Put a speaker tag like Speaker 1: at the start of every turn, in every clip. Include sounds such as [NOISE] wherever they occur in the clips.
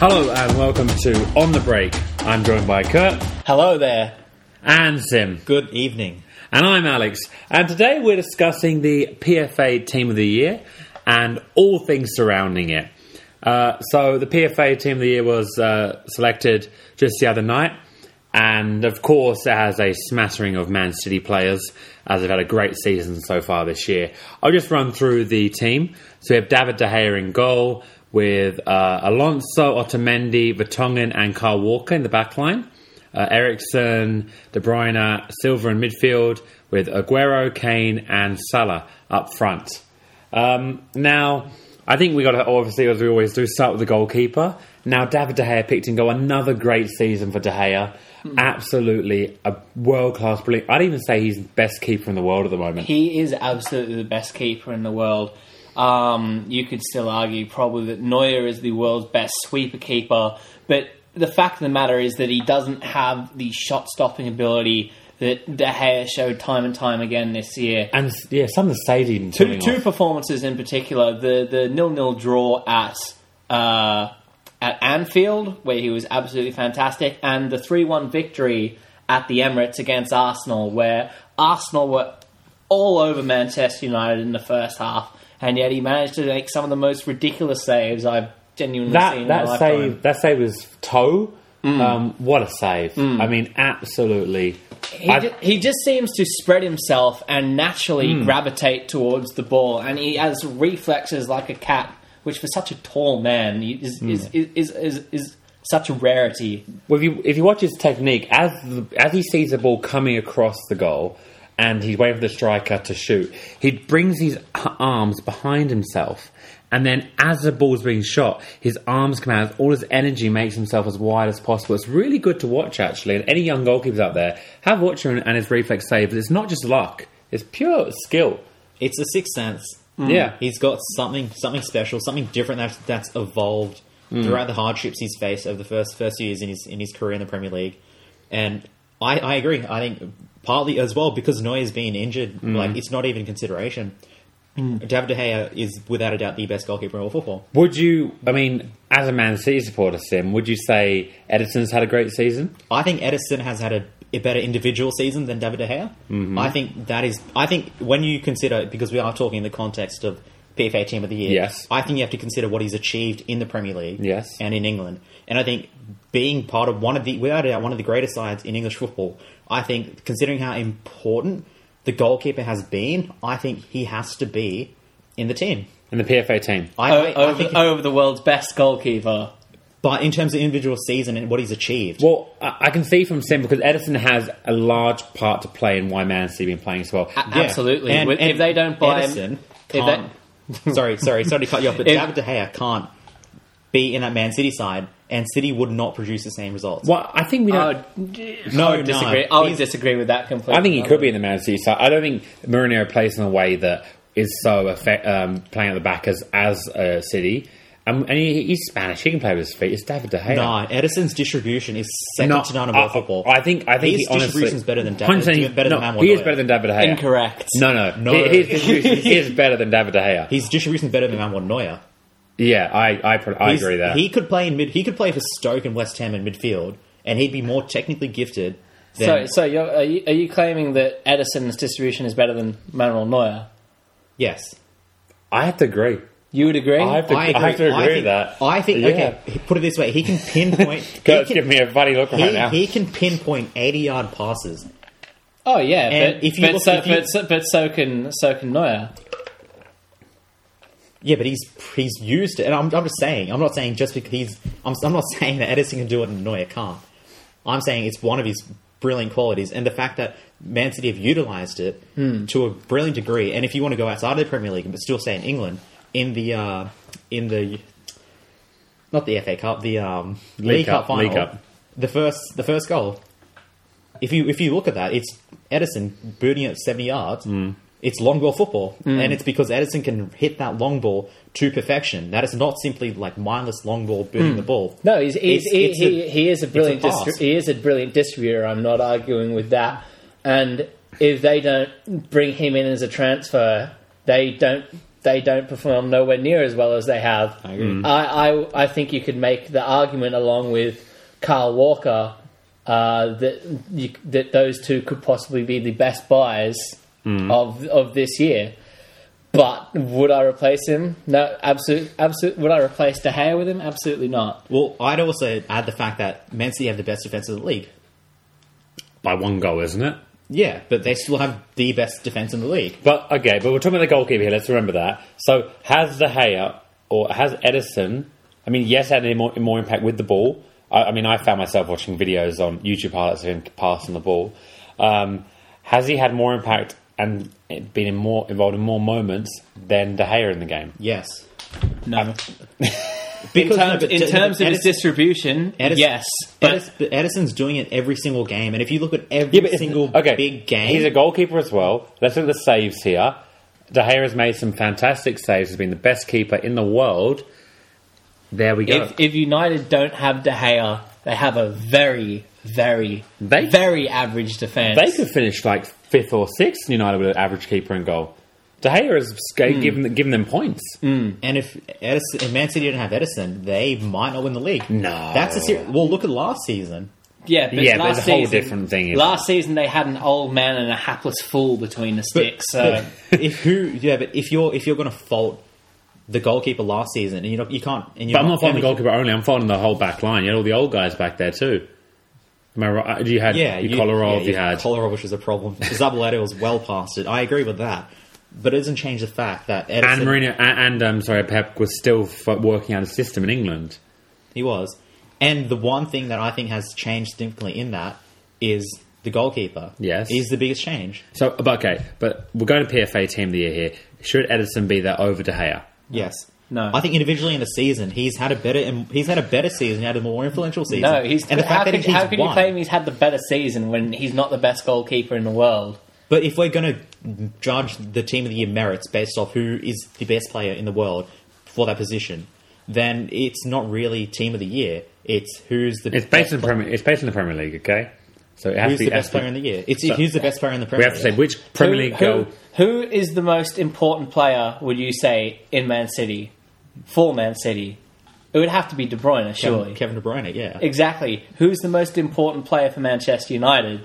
Speaker 1: Hello and welcome to On the Break. I'm joined by Kurt
Speaker 2: Hello there.
Speaker 1: and Sim,
Speaker 2: Good evening.
Speaker 1: and I'm Alex. And today we're discussing the PFA Team of the Year and all things surrounding it. Uh, so the PFA Team of the Year was uh, selected just the other night, and of course it has a smattering of Man City players as they've had a great season so far this year. I'll just run through the team. So we have David De Gea in goal. With uh, Alonso, Otamendi, Vertonghen, and Carl Walker in the back line. Uh, Ericsson, De Bruyne, Silva in midfield, with Aguero, Kane, and Salah up front. Um, now, I think we got to obviously, as we always do, start with the goalkeeper. Now, David De Gea picked in goal. Another great season for De Gea.
Speaker 2: Hmm.
Speaker 1: Absolutely a world class brilliant. I'd even say he's the best keeper in the world at the moment.
Speaker 2: He is absolutely the best keeper in the world. Um, you could still argue probably that Neuer is the world's best sweeper keeper, but the fact of the matter is that he doesn't have the shot stopping ability that De Gea showed time and time again this year.
Speaker 1: And yeah, some of the saves even
Speaker 2: Two,
Speaker 1: coming
Speaker 2: two
Speaker 1: off.
Speaker 2: performances in particular the, the nil nil draw at. Uh, at Anfield, where he was absolutely fantastic, and the 3 1 victory at the Emirates against Arsenal, where Arsenal were all over Manchester United in the first half, and yet he managed to make some of the most ridiculous saves I've genuinely seen
Speaker 1: That
Speaker 2: in
Speaker 1: that
Speaker 2: my
Speaker 1: save
Speaker 2: lifetime.
Speaker 1: that save was toe.
Speaker 2: Hmm.
Speaker 1: Um, what a save! I mean, absolutely.
Speaker 2: He,
Speaker 1: I-
Speaker 2: ju- he just seems to spread himself and naturally gravitate towards the ball, and he has reflexes like a cat, which for such a tall man is, is, is, is, is, is such a rarity.
Speaker 1: Well, if you if you watch his technique as the, as he sees the ball coming across the goal and he's waiting for the striker to shoot, he brings his h- arms behind himself, and then as the ball's being shot, his arms come out. All his energy makes himself as wide as possible. It's really good to watch actually, and any young goalkeepers out there have watched him and his reflex saves. It's not just luck; it's pure skill.
Speaker 3: It's the sixth sense.
Speaker 1: Yeah.
Speaker 3: He's got something something special, something different that's that's evolved throughout the hardships he's faced over the first first few years in his in his career in the Premier League. And I, I agree. I think partly as well because Neuer's been injured, like it's not even consideration. David De Gea is without a doubt the best goalkeeper in all football.
Speaker 1: Would you? I mean, as a Man City supporter, Sim, would you say Edison's had a great season?
Speaker 3: I think Edison has had a, a better individual season than David De Gea.
Speaker 1: Mm-hmm.
Speaker 3: I think that is. I think when you consider, because we are talking in the context of PFA Team of the Year,
Speaker 1: Yes.
Speaker 3: I think you have to consider what he's achieved in the Premier League,
Speaker 1: Yes.
Speaker 3: and in England. And I think being part of one of the, without a doubt, one of the greatest sides in English football. I think considering how important the goalkeeper has been, I think he has to be in the team.
Speaker 1: In the PFA team,
Speaker 3: I,
Speaker 2: O-
Speaker 3: I, I
Speaker 2: Oh, over,
Speaker 3: think,
Speaker 2: over the world's best goalkeeper.
Speaker 3: but in terms of individual season and what he's achieved,
Speaker 1: Well, I, I can see from Sim because Edison has a large part to play in why Man City been playing so well.
Speaker 3: uh,
Speaker 2: A- Absolutely.
Speaker 3: And-
Speaker 2: With-
Speaker 3: and
Speaker 2: if they don't buy him,
Speaker 3: Edison
Speaker 2: if
Speaker 3: can't- [LAUGHS] sorry, sorry, sorry to cut you off, but
Speaker 2: If-
Speaker 3: David De Gea can't be in that Man City side, and City would not produce the same results.
Speaker 1: well, I think we
Speaker 2: I
Speaker 1: don't.
Speaker 2: would,
Speaker 3: No,
Speaker 2: I would
Speaker 3: no.
Speaker 2: disagree. I would
Speaker 3: He's-
Speaker 2: disagree with that completely.
Speaker 1: I think he could be in the Man City side. I don't think Mourinho plays in a way that is so effect, um, playing at the back as as uh, City. Um, and he, he's Spanish; he can play with his feet. It's David De Gea.
Speaker 3: Nah, Edison's distribution is second
Speaker 1: Not-
Speaker 3: to none of world
Speaker 1: I-
Speaker 3: football.
Speaker 1: I think I think
Speaker 3: His
Speaker 1: he honestly
Speaker 3: distribution's better than David-
Speaker 1: 100% he's-
Speaker 3: better than
Speaker 1: no,
Speaker 3: Manuel
Speaker 1: He is
Speaker 3: Neuer.
Speaker 1: better than David De Gea.
Speaker 2: Incorrect.
Speaker 1: No, no,
Speaker 3: No.
Speaker 1: His distribution
Speaker 3: [LAUGHS]
Speaker 1: is better than David De Gea.
Speaker 3: His distribution's better than Manuel Neuer.
Speaker 1: yeah, I I, pro- Mm. I
Speaker 3: He's-
Speaker 1: agree there.
Speaker 3: He could play in mid. He could play for Stoke and West Ham in midfield, and he'd be more technically gifted.
Speaker 2: So,
Speaker 3: Than,
Speaker 2: so you're, are, you, are you claiming that Edison's distribution is better than Manuel Neuer?
Speaker 3: yes,
Speaker 1: I have to agree.
Speaker 2: You would agree?
Speaker 1: I have to, I have to agree
Speaker 3: I
Speaker 1: with
Speaker 3: think,
Speaker 1: that.
Speaker 3: I think.
Speaker 1: Yeah.
Speaker 3: Okay, put it this way: he
Speaker 1: [LAUGHS]
Speaker 3: can pinpoint. he
Speaker 1: Kurt's
Speaker 3: can-
Speaker 1: giving me a funny look right
Speaker 3: he,
Speaker 1: now.
Speaker 3: he can pinpoint 80 yard passes.
Speaker 2: oh yeah,
Speaker 3: And
Speaker 2: but,
Speaker 3: if you
Speaker 2: but,
Speaker 3: look-
Speaker 2: so,
Speaker 3: if you-
Speaker 2: but, so, but so can so can Neuer.
Speaker 3: Yeah, but he's he's used it. And I'm, I'm just saying, I'm not saying just because he's. I'm, I'm not [LAUGHS] saying that Edison can do it and Neuer can't. I'm saying it's one of his brilliant qualities. And the fact that Man City have utilised it
Speaker 1: Hmm.
Speaker 3: to a brilliant degree. And if you want to go outside of the Premier League, but still stay in England, in the. Uh, in the not the FA Cup, the um, League,
Speaker 1: Cup,
Speaker 3: Cup, final.
Speaker 1: League Cup.
Speaker 3: The first, the first goal. If you if you look at that, it's Edison booting it seventy yards.
Speaker 1: Hmm.
Speaker 3: It's long ball football, and it's because Edison can hit that long ball to perfection. That is not simply like mindless long ball booting the ball.
Speaker 2: No, he's, he's,
Speaker 3: It's-
Speaker 2: he,
Speaker 3: it's
Speaker 2: he,
Speaker 3: a-
Speaker 2: he is a brilliant
Speaker 3: pass.
Speaker 2: distri- he is a brilliant distributor. I'm not arguing with that. And if they don't bring him in as a transfer, they don't they don't perform nowhere near as well as they have. I
Speaker 3: agree.
Speaker 2: I, I, think you could make the argument along with Carl Walker uh, that you, that those two could possibly be the best buys
Speaker 3: Mm.
Speaker 2: of of this year. But would I replace him? No, absolute, absolute. Would I replace De Gea with him? Absolutely not.
Speaker 3: Well, I'd also add the fact that Man City have the best defense in the league.
Speaker 1: By one goal, isn't it?
Speaker 3: Yeah, but they still have the best defense in the league.
Speaker 1: But okay, but we're talking about the goalkeeper here. Let's remember that. So has De Gea or has Edison? I mean, yes, had any more, more impact with the ball. I, I mean, I found myself watching videos on YouTube highlights of him passing the ball. Um, has he had more impact and been in more involved in more moments than De Gea in the game?
Speaker 3: Yes. Uh,
Speaker 2: No. [LAUGHS] In
Speaker 3: Because, no,
Speaker 2: terms,
Speaker 3: but
Speaker 2: in
Speaker 3: De-
Speaker 2: terms of his
Speaker 3: Edison-
Speaker 2: distribution,
Speaker 3: Edison-
Speaker 2: yes, but
Speaker 3: Edis- but Edison's doing it every single game, and if you look at every
Speaker 1: it's-
Speaker 3: single big game,
Speaker 1: He's a goalkeeper as well. Let's look at the saves here. De Gea has made some fantastic saves. Has been the best keeper in the world. There we go.
Speaker 2: if, if United don't have De Gea, they have a very, very,
Speaker 1: They-
Speaker 2: very average defense.
Speaker 1: they could finish like fifth or sixth. and United with an average keeper and goal. De Gea has sca-
Speaker 3: Hmm.
Speaker 1: given given them points.
Speaker 3: and if Edison, if Man City didn't have Edison, they might not win the league.
Speaker 1: No.
Speaker 3: that's a ser- well. Look at last season.
Speaker 2: yeah, but
Speaker 1: Yeah, but
Speaker 2: last
Speaker 1: it's a whole
Speaker 2: season-
Speaker 1: different thing, isn't
Speaker 2: Last season they had an old man and a hapless fool between the sticks. uh, so
Speaker 3: But if who? Yeah, but if you're if you're going to fault the goalkeeper last season, and you know you can't. And you're
Speaker 1: But I'm not following the
Speaker 3: gonna-
Speaker 1: goalkeeper only. I'm following the whole back line. You had all the old guys back there too. Am I right? You had
Speaker 3: Yeah,
Speaker 1: your Kolarov.
Speaker 3: yeah,
Speaker 1: you had
Speaker 3: Kolarov, which is a problem. [LAUGHS] Zabaleta was well past it. I agree with that, but it doesn't change the fact that Edison,
Speaker 1: and Mourinho and, and um, sorry, Pep was still f- working out a system in England.
Speaker 3: He was. And the one thing that I think has changed significantly in that is the goalkeeper.
Speaker 1: Yes.
Speaker 3: He's the biggest change.
Speaker 1: So, but okay, but we're going to PFA Team of the Year here. Should Edison be there over De Gea?
Speaker 3: Yes.
Speaker 2: No.
Speaker 3: I think individually in the season, he's had a better he's had a better season, he had a more influential season.
Speaker 2: no, he's
Speaker 3: and the
Speaker 2: how
Speaker 3: fact that
Speaker 2: could,
Speaker 3: he's
Speaker 2: how could you
Speaker 3: won.
Speaker 2: claim he's had the better season when he's not the best goalkeeper in the world?
Speaker 3: But if we're going to judge the team of the year merits based off who is the best player in the world for that position, then it's not really team of the year. It's who's the
Speaker 1: It's
Speaker 3: best
Speaker 1: based in Premier. It's based in the Premier League. Okay, so it has
Speaker 3: who's
Speaker 1: to
Speaker 3: the
Speaker 1: be
Speaker 3: best player in the year. It's who's the best player in the
Speaker 1: We
Speaker 3: Premier
Speaker 1: have to say
Speaker 3: League.
Speaker 1: which Premier
Speaker 2: Who-
Speaker 1: League
Speaker 2: who-
Speaker 1: goal.
Speaker 2: who is the most important player? Would you say in Man City for Man City? It would have to be De Bruyne, surely.
Speaker 3: Kevin De Bruyne, yeah.
Speaker 2: Exactly. Who's the most important player for Manchester United?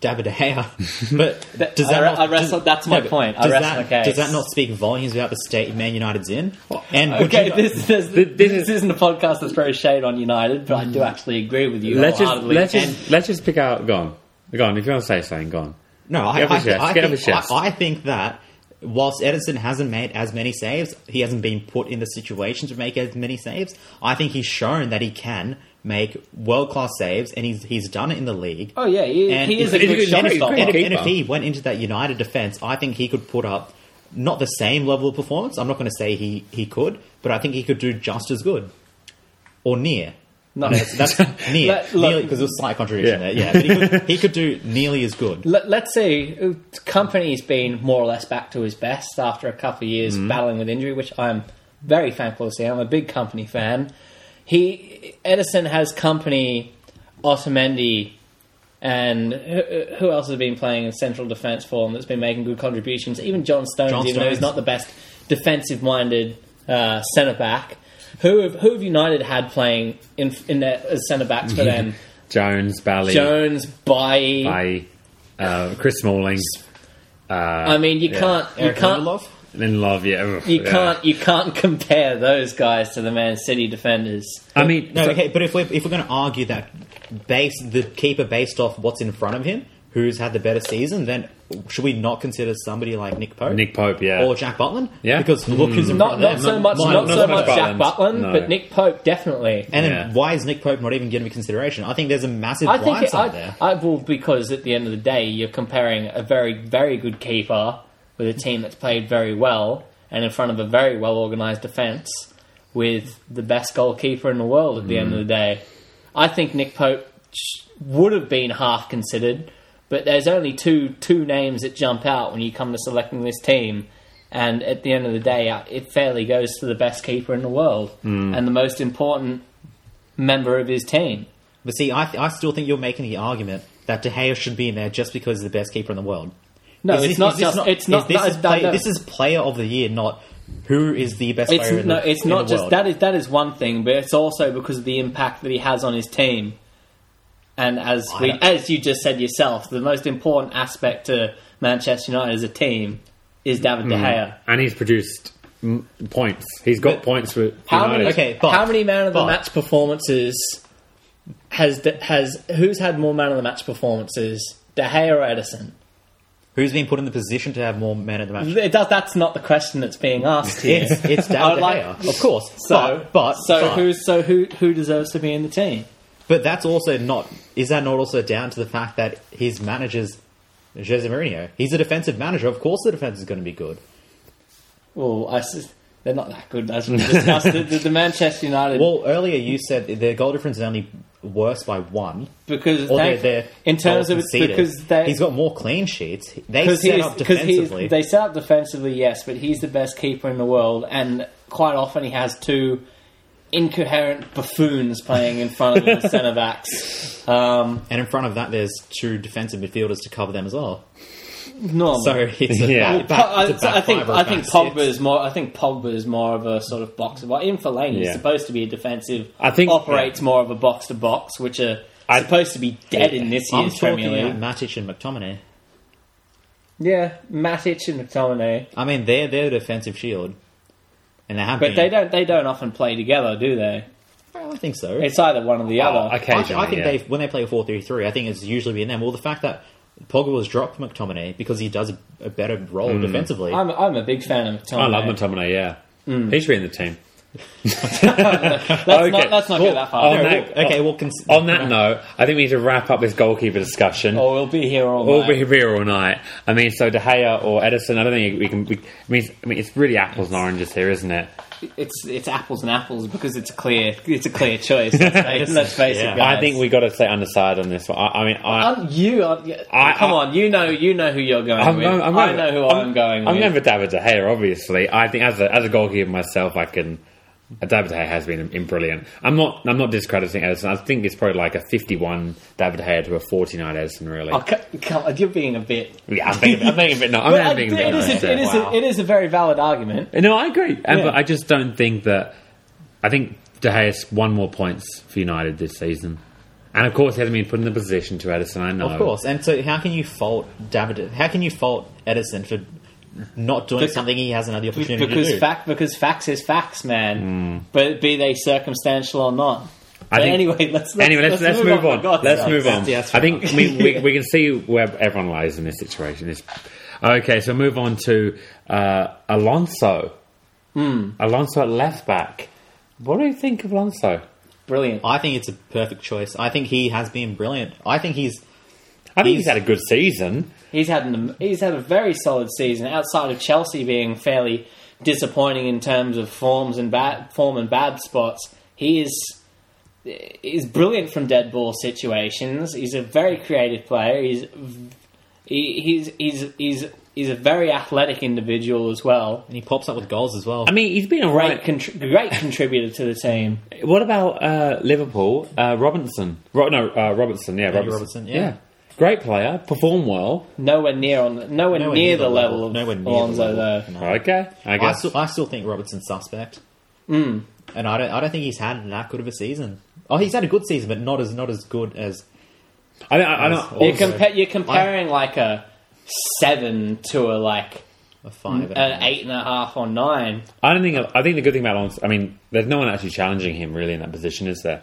Speaker 3: David
Speaker 2: [LAUGHS]
Speaker 3: De Gea. but does
Speaker 2: I-
Speaker 3: that
Speaker 2: I
Speaker 3: not,
Speaker 2: wrestle-
Speaker 3: does-
Speaker 2: that's my
Speaker 3: but
Speaker 2: point. I
Speaker 3: does
Speaker 2: wrestle
Speaker 3: that,
Speaker 2: the case.
Speaker 3: Does that not speak volumes about the state Man United's in? And
Speaker 1: Uh,
Speaker 3: would
Speaker 2: Okay,
Speaker 3: you not-
Speaker 2: this, this,
Speaker 1: Th-
Speaker 2: this,
Speaker 1: this is- Mm.
Speaker 2: isn't a podcast that's very shade on United, but I do actually agree with you.
Speaker 1: Let's just
Speaker 2: wholeheartedly.
Speaker 1: let's
Speaker 2: And
Speaker 1: just, let's just pick out. Go on, go on. If you want to say something, go on.
Speaker 3: no, I,
Speaker 1: Get off
Speaker 3: I,
Speaker 1: your chest.
Speaker 3: I,
Speaker 1: Get off
Speaker 3: think,
Speaker 1: your chest.
Speaker 3: I, I think that whilst Edison hasn't made as many saves, he hasn't been put in the situation to make as many saves. I think he's shown that he can make world class saves, and he's he's done it in the league.
Speaker 2: oh yeah, he,
Speaker 3: And
Speaker 2: he is a
Speaker 3: if-
Speaker 1: he's a
Speaker 2: good
Speaker 1: good-
Speaker 2: shot
Speaker 1: he's a
Speaker 2: stopper.
Speaker 1: good [LAUGHS]
Speaker 3: And if,
Speaker 1: Keeper.
Speaker 3: and if he went into that United defense, I think he could put up not the same level of performance. I'm not going to say he, he could, but I think he could do just as good or near.
Speaker 2: No.
Speaker 3: that's,
Speaker 1: [LAUGHS]
Speaker 3: that's near
Speaker 2: Let- look-
Speaker 3: nearly because there's a slight contradiction
Speaker 1: Yeah.
Speaker 3: there. Yeah, but he could, he could do nearly as good.
Speaker 2: Let, let's say uh, company's been more or less back to his best after a couple of years
Speaker 3: Mm-hmm.
Speaker 2: battling with injury, which I'm very thankful to see. I'm a big company fan. He Edison has company, Otamendi, and who, who else has been playing in central defence form that's been making good contributions? Even John Stones,
Speaker 3: John
Speaker 2: even though he's
Speaker 3: Stones.
Speaker 2: not the best defensive-minded uh, centre back. Who have, who have United had playing in in their, as centre backs
Speaker 3: Mm-hmm.
Speaker 2: for them?
Speaker 3: [LAUGHS]
Speaker 1: Jones, Bally,
Speaker 2: Jones, Bailly,
Speaker 1: I, uh, Chris Smalling,
Speaker 2: I mean, you can't, you
Speaker 3: Eric
Speaker 2: can't,
Speaker 3: Lindelof?
Speaker 1: then Love. Yeah, ugh,
Speaker 2: you
Speaker 1: yeah.
Speaker 2: can't, you can't [LAUGHS] compare those guys to the Man City defenders.
Speaker 1: I mean,
Speaker 3: No,
Speaker 1: so-
Speaker 3: okay, but if we're if we're going to argue that base the keeper based off what's in front of him, who's had the better season, then should we not consider somebody like Nick Pope?
Speaker 1: Nick Pope. Yeah,
Speaker 3: or Jack Butland?
Speaker 1: Yeah. Hmm.
Speaker 3: because look who's in
Speaker 2: Not,
Speaker 3: front
Speaker 2: not
Speaker 3: of them.
Speaker 2: so much,
Speaker 1: not-
Speaker 2: not,
Speaker 1: not
Speaker 2: so
Speaker 1: so
Speaker 2: much
Speaker 1: much
Speaker 2: Jack
Speaker 1: Butland.
Speaker 2: Butland,
Speaker 1: No.
Speaker 2: but Nick Pope definitely.
Speaker 3: And then
Speaker 1: Yeah.
Speaker 3: why is Nick Pope not even given consideration? I think there's a massive
Speaker 2: I
Speaker 3: blind
Speaker 2: think it,
Speaker 3: side
Speaker 2: I,
Speaker 3: there.
Speaker 2: I will because at the end of the day, you're comparing a very, very good keeper with a team that's played very well and in front of a very well organised defence with the best goalkeeper in the world. At the end of the day, I think Nick Pope sh- would have been half considered, but there's only two two names that jump out when you come to selecting this team. And at the end of the day, I- it fairly goes to the best keeper in the world
Speaker 3: Hmm.
Speaker 2: and the most important member of his team.
Speaker 3: But see, I, I still think you're making the argument that De Gea should be in there just because he's the best keeper in the world.
Speaker 2: No,
Speaker 3: Is
Speaker 2: it's
Speaker 3: this-
Speaker 2: not
Speaker 3: is this
Speaker 2: just- it's not-
Speaker 3: Is this,
Speaker 2: no,
Speaker 3: is
Speaker 2: no,
Speaker 3: play-
Speaker 2: no.
Speaker 3: this is player of the year, not who is the best
Speaker 2: It's
Speaker 3: player. In
Speaker 2: no,
Speaker 3: the,
Speaker 2: it's
Speaker 3: in
Speaker 2: not
Speaker 3: the
Speaker 2: just
Speaker 3: world.
Speaker 2: that is that is one thing, but it's also because of the impact that he has on his team. And as
Speaker 3: I
Speaker 2: we,
Speaker 3: don't-
Speaker 2: as you just said yourself, the most important aspect to Manchester United as a team is David
Speaker 3: Hmm.
Speaker 2: De Gea.
Speaker 1: and he's produced mm, points. He's got
Speaker 2: But
Speaker 1: points with
Speaker 2: How
Speaker 1: United.
Speaker 2: many,
Speaker 3: Okay, but-
Speaker 2: how many man of the
Speaker 3: but-
Speaker 2: match performances has De- has who's had more man of the match performances, De Gea or Edison?
Speaker 3: Who's been put in the position to have more men at the match?
Speaker 2: It does, that's not the question that's being asked
Speaker 3: [LAUGHS]
Speaker 2: here.
Speaker 3: It's, it's
Speaker 2: I
Speaker 3: David
Speaker 2: would
Speaker 3: De
Speaker 2: like-
Speaker 3: Gea, of course.
Speaker 2: So,
Speaker 3: but, but
Speaker 2: so
Speaker 3: but-
Speaker 2: who's so who who deserves to be in the team?
Speaker 3: But that's also not. Is that not also down to the fact that his manager's Jose Mourinho? He's a defensive manager. Of course, the defense is going to be good.
Speaker 2: Well, I s- they're not that good as we discussed. the, the, the Manchester United
Speaker 3: Well, earlier you said their goal difference is only worse by one.
Speaker 2: because
Speaker 3: Or
Speaker 2: they,
Speaker 3: they're, they're
Speaker 2: in terms of
Speaker 3: goals
Speaker 2: it's
Speaker 3: conceded.
Speaker 2: because they
Speaker 3: he's got more clean sheets. They
Speaker 2: because
Speaker 3: set up defensively.
Speaker 2: they set up defensively, yes, but he's the best keeper in the world, and quite often he has two incoherent buffoons playing in front of him as centre backs. Um,
Speaker 3: and in front of that, there's two defensive midfielders to cover them as well.
Speaker 2: normal.
Speaker 3: So it's a
Speaker 1: Yeah.
Speaker 3: bad, bad,
Speaker 2: I,
Speaker 3: it's a bad
Speaker 2: I think
Speaker 3: fibre
Speaker 2: I
Speaker 3: of
Speaker 2: think
Speaker 3: back
Speaker 2: Pogba
Speaker 3: six.
Speaker 2: is more. I think Pogba is more of a sort of box to box. Even Fellaini is
Speaker 1: Yeah.
Speaker 2: supposed to be a defensive.
Speaker 1: I think-
Speaker 2: operates more of a box to box, which are
Speaker 1: I-
Speaker 2: supposed to be dead in this
Speaker 3: I'm
Speaker 2: year's
Speaker 3: talking
Speaker 2: Premier
Speaker 3: about
Speaker 2: League.
Speaker 3: Matic and McTominay.
Speaker 2: Yeah, Matic and McTominay,
Speaker 3: I mean, they're their defensive shield, and they have
Speaker 2: but
Speaker 3: been.
Speaker 2: they don't. They don't often play together, do they?
Speaker 3: I don't think so.
Speaker 2: It's either one or the other.
Speaker 1: Ah, okay.
Speaker 3: I,
Speaker 1: Uh, Occasionally,
Speaker 3: I think
Speaker 1: yeah.
Speaker 3: they when they play a 4-3-3, I think it's usually been them. Well, the fact that Pogba was dropped for McTominay because he does a, a better role
Speaker 2: Hmm.
Speaker 3: defensively.
Speaker 2: I'm, I'm a big fan of McTominay.
Speaker 1: I love McTominay. Yeah,
Speaker 2: Mm.
Speaker 1: he should be in the
Speaker 2: [LAUGHS]
Speaker 1: team.
Speaker 2: Let's
Speaker 1: Okay. Oh,
Speaker 2: not, let's not
Speaker 1: Well,
Speaker 2: go that far.
Speaker 1: on
Speaker 3: No,
Speaker 1: that-
Speaker 3: Oh, okay, well, cons-
Speaker 2: Oh,
Speaker 1: On that note, I think we need to wrap up this goalkeeper discussion.
Speaker 2: or we'll be here all
Speaker 1: We'll
Speaker 2: night.
Speaker 1: be here all night. I mean, so De Gea or Edison, I don't think we can. We, I, mean, it's- I mean, it's really apples and oranges here, isn't it?
Speaker 2: It's it's apples and apples because it's a clear it's a clear choice.
Speaker 1: [LAUGHS]
Speaker 2: Let's face, let's face
Speaker 3: Yeah.
Speaker 2: it, guys.
Speaker 1: I think we got to stay underside on this one. I, I mean, I,
Speaker 2: Um, you are,
Speaker 1: I-
Speaker 2: come
Speaker 1: I-
Speaker 2: on, you know, you know who you're going with.
Speaker 1: going-
Speaker 2: I
Speaker 1: going-
Speaker 2: know who I'm, going
Speaker 1: I'm
Speaker 2: with.
Speaker 1: going for David De Gea, obviously. I think as a, as a goalkeeper myself, I can. David De Gea has been im- brilliant. I'm not. I'm not discrediting Edison. I think it's probably like a 51 David De Gea to a 49 Edison. Really,
Speaker 2: Oh, c- come on, you're being a bit.
Speaker 1: yeah. I'm being, I'm being a bit. No, I'm
Speaker 2: But I-
Speaker 1: being a
Speaker 2: it,
Speaker 1: bit.
Speaker 2: is
Speaker 1: nice
Speaker 2: a,
Speaker 1: there.
Speaker 2: it, is a,
Speaker 3: Wow.
Speaker 2: it is a very valid argument.
Speaker 1: No, I agree. And,
Speaker 2: Yeah.
Speaker 1: But I just don't think that. I think De Gea's won more points for United this season. And of course, he hasn't been put in the position to Edison, I know.
Speaker 3: of course. And so, how can you fault David? How can you fault Edison for not doing
Speaker 2: Bec-
Speaker 3: something he hasn't had the opportunity
Speaker 2: Because
Speaker 3: to do?
Speaker 2: fact, because facts is facts, man. But be they circumstantial or not.
Speaker 1: Hmm. I
Speaker 2: But
Speaker 1: think-
Speaker 2: anyway, let's, let's
Speaker 1: Anyway, let's, let's, move on.
Speaker 2: for God's
Speaker 1: Let's
Speaker 2: sake.
Speaker 1: move on.
Speaker 3: That's- yeah, that's
Speaker 1: I
Speaker 3: fair
Speaker 1: think we, we, we can see where everyone lies in this situation. This, okay, so move on to uh, Alonso. Alonso at left back. What do you think of Alonso?
Speaker 2: [LAUGHS] Brilliant.
Speaker 3: I think it's a perfect choice. I think he has been brilliant. I think he's
Speaker 1: I think he's,
Speaker 3: He's-
Speaker 1: had a good season.
Speaker 2: He's had an, he's had a very solid season outside of Chelsea being fairly disappointing in terms of forms and bad form and bad spots. He is is brilliant from dead ball situations. He's a very creative player. He's v- he, he's he's he's he's a very athletic individual as well.
Speaker 3: and he pops up with goals as well.
Speaker 1: I mean, he's been a
Speaker 2: Great
Speaker 1: right.
Speaker 2: contr great contributor to the team.
Speaker 1: What about uh, Liverpool? Uh, Robinson. Ro- no, uh, Robertson. Yeah, Robertson.
Speaker 3: Robertson, yeah.
Speaker 1: Great player. Perform well.
Speaker 2: Nowhere near on nowhere,
Speaker 3: Nowhere
Speaker 2: near, the level, of
Speaker 3: nowhere near the
Speaker 2: Alonso
Speaker 3: level.
Speaker 2: though.
Speaker 3: No.
Speaker 1: Okay. I
Speaker 3: I
Speaker 1: guess.
Speaker 3: still, I still think Robertson's suspect.
Speaker 2: Hmm.
Speaker 3: Mm. And I don't, I don't think he's had that good of a season. Oh, he's had a good season, but not as not as good as.
Speaker 1: I, I, I don't.
Speaker 2: You're,
Speaker 3: Yes. Also-
Speaker 2: compa- you're comparing like a seven to a like
Speaker 3: A five.
Speaker 2: an Mm, uh, eight and a half or nine.
Speaker 1: I don't think. I think the good thing about Alonso. I mean, there's no one actually challenging him really in that position, is there?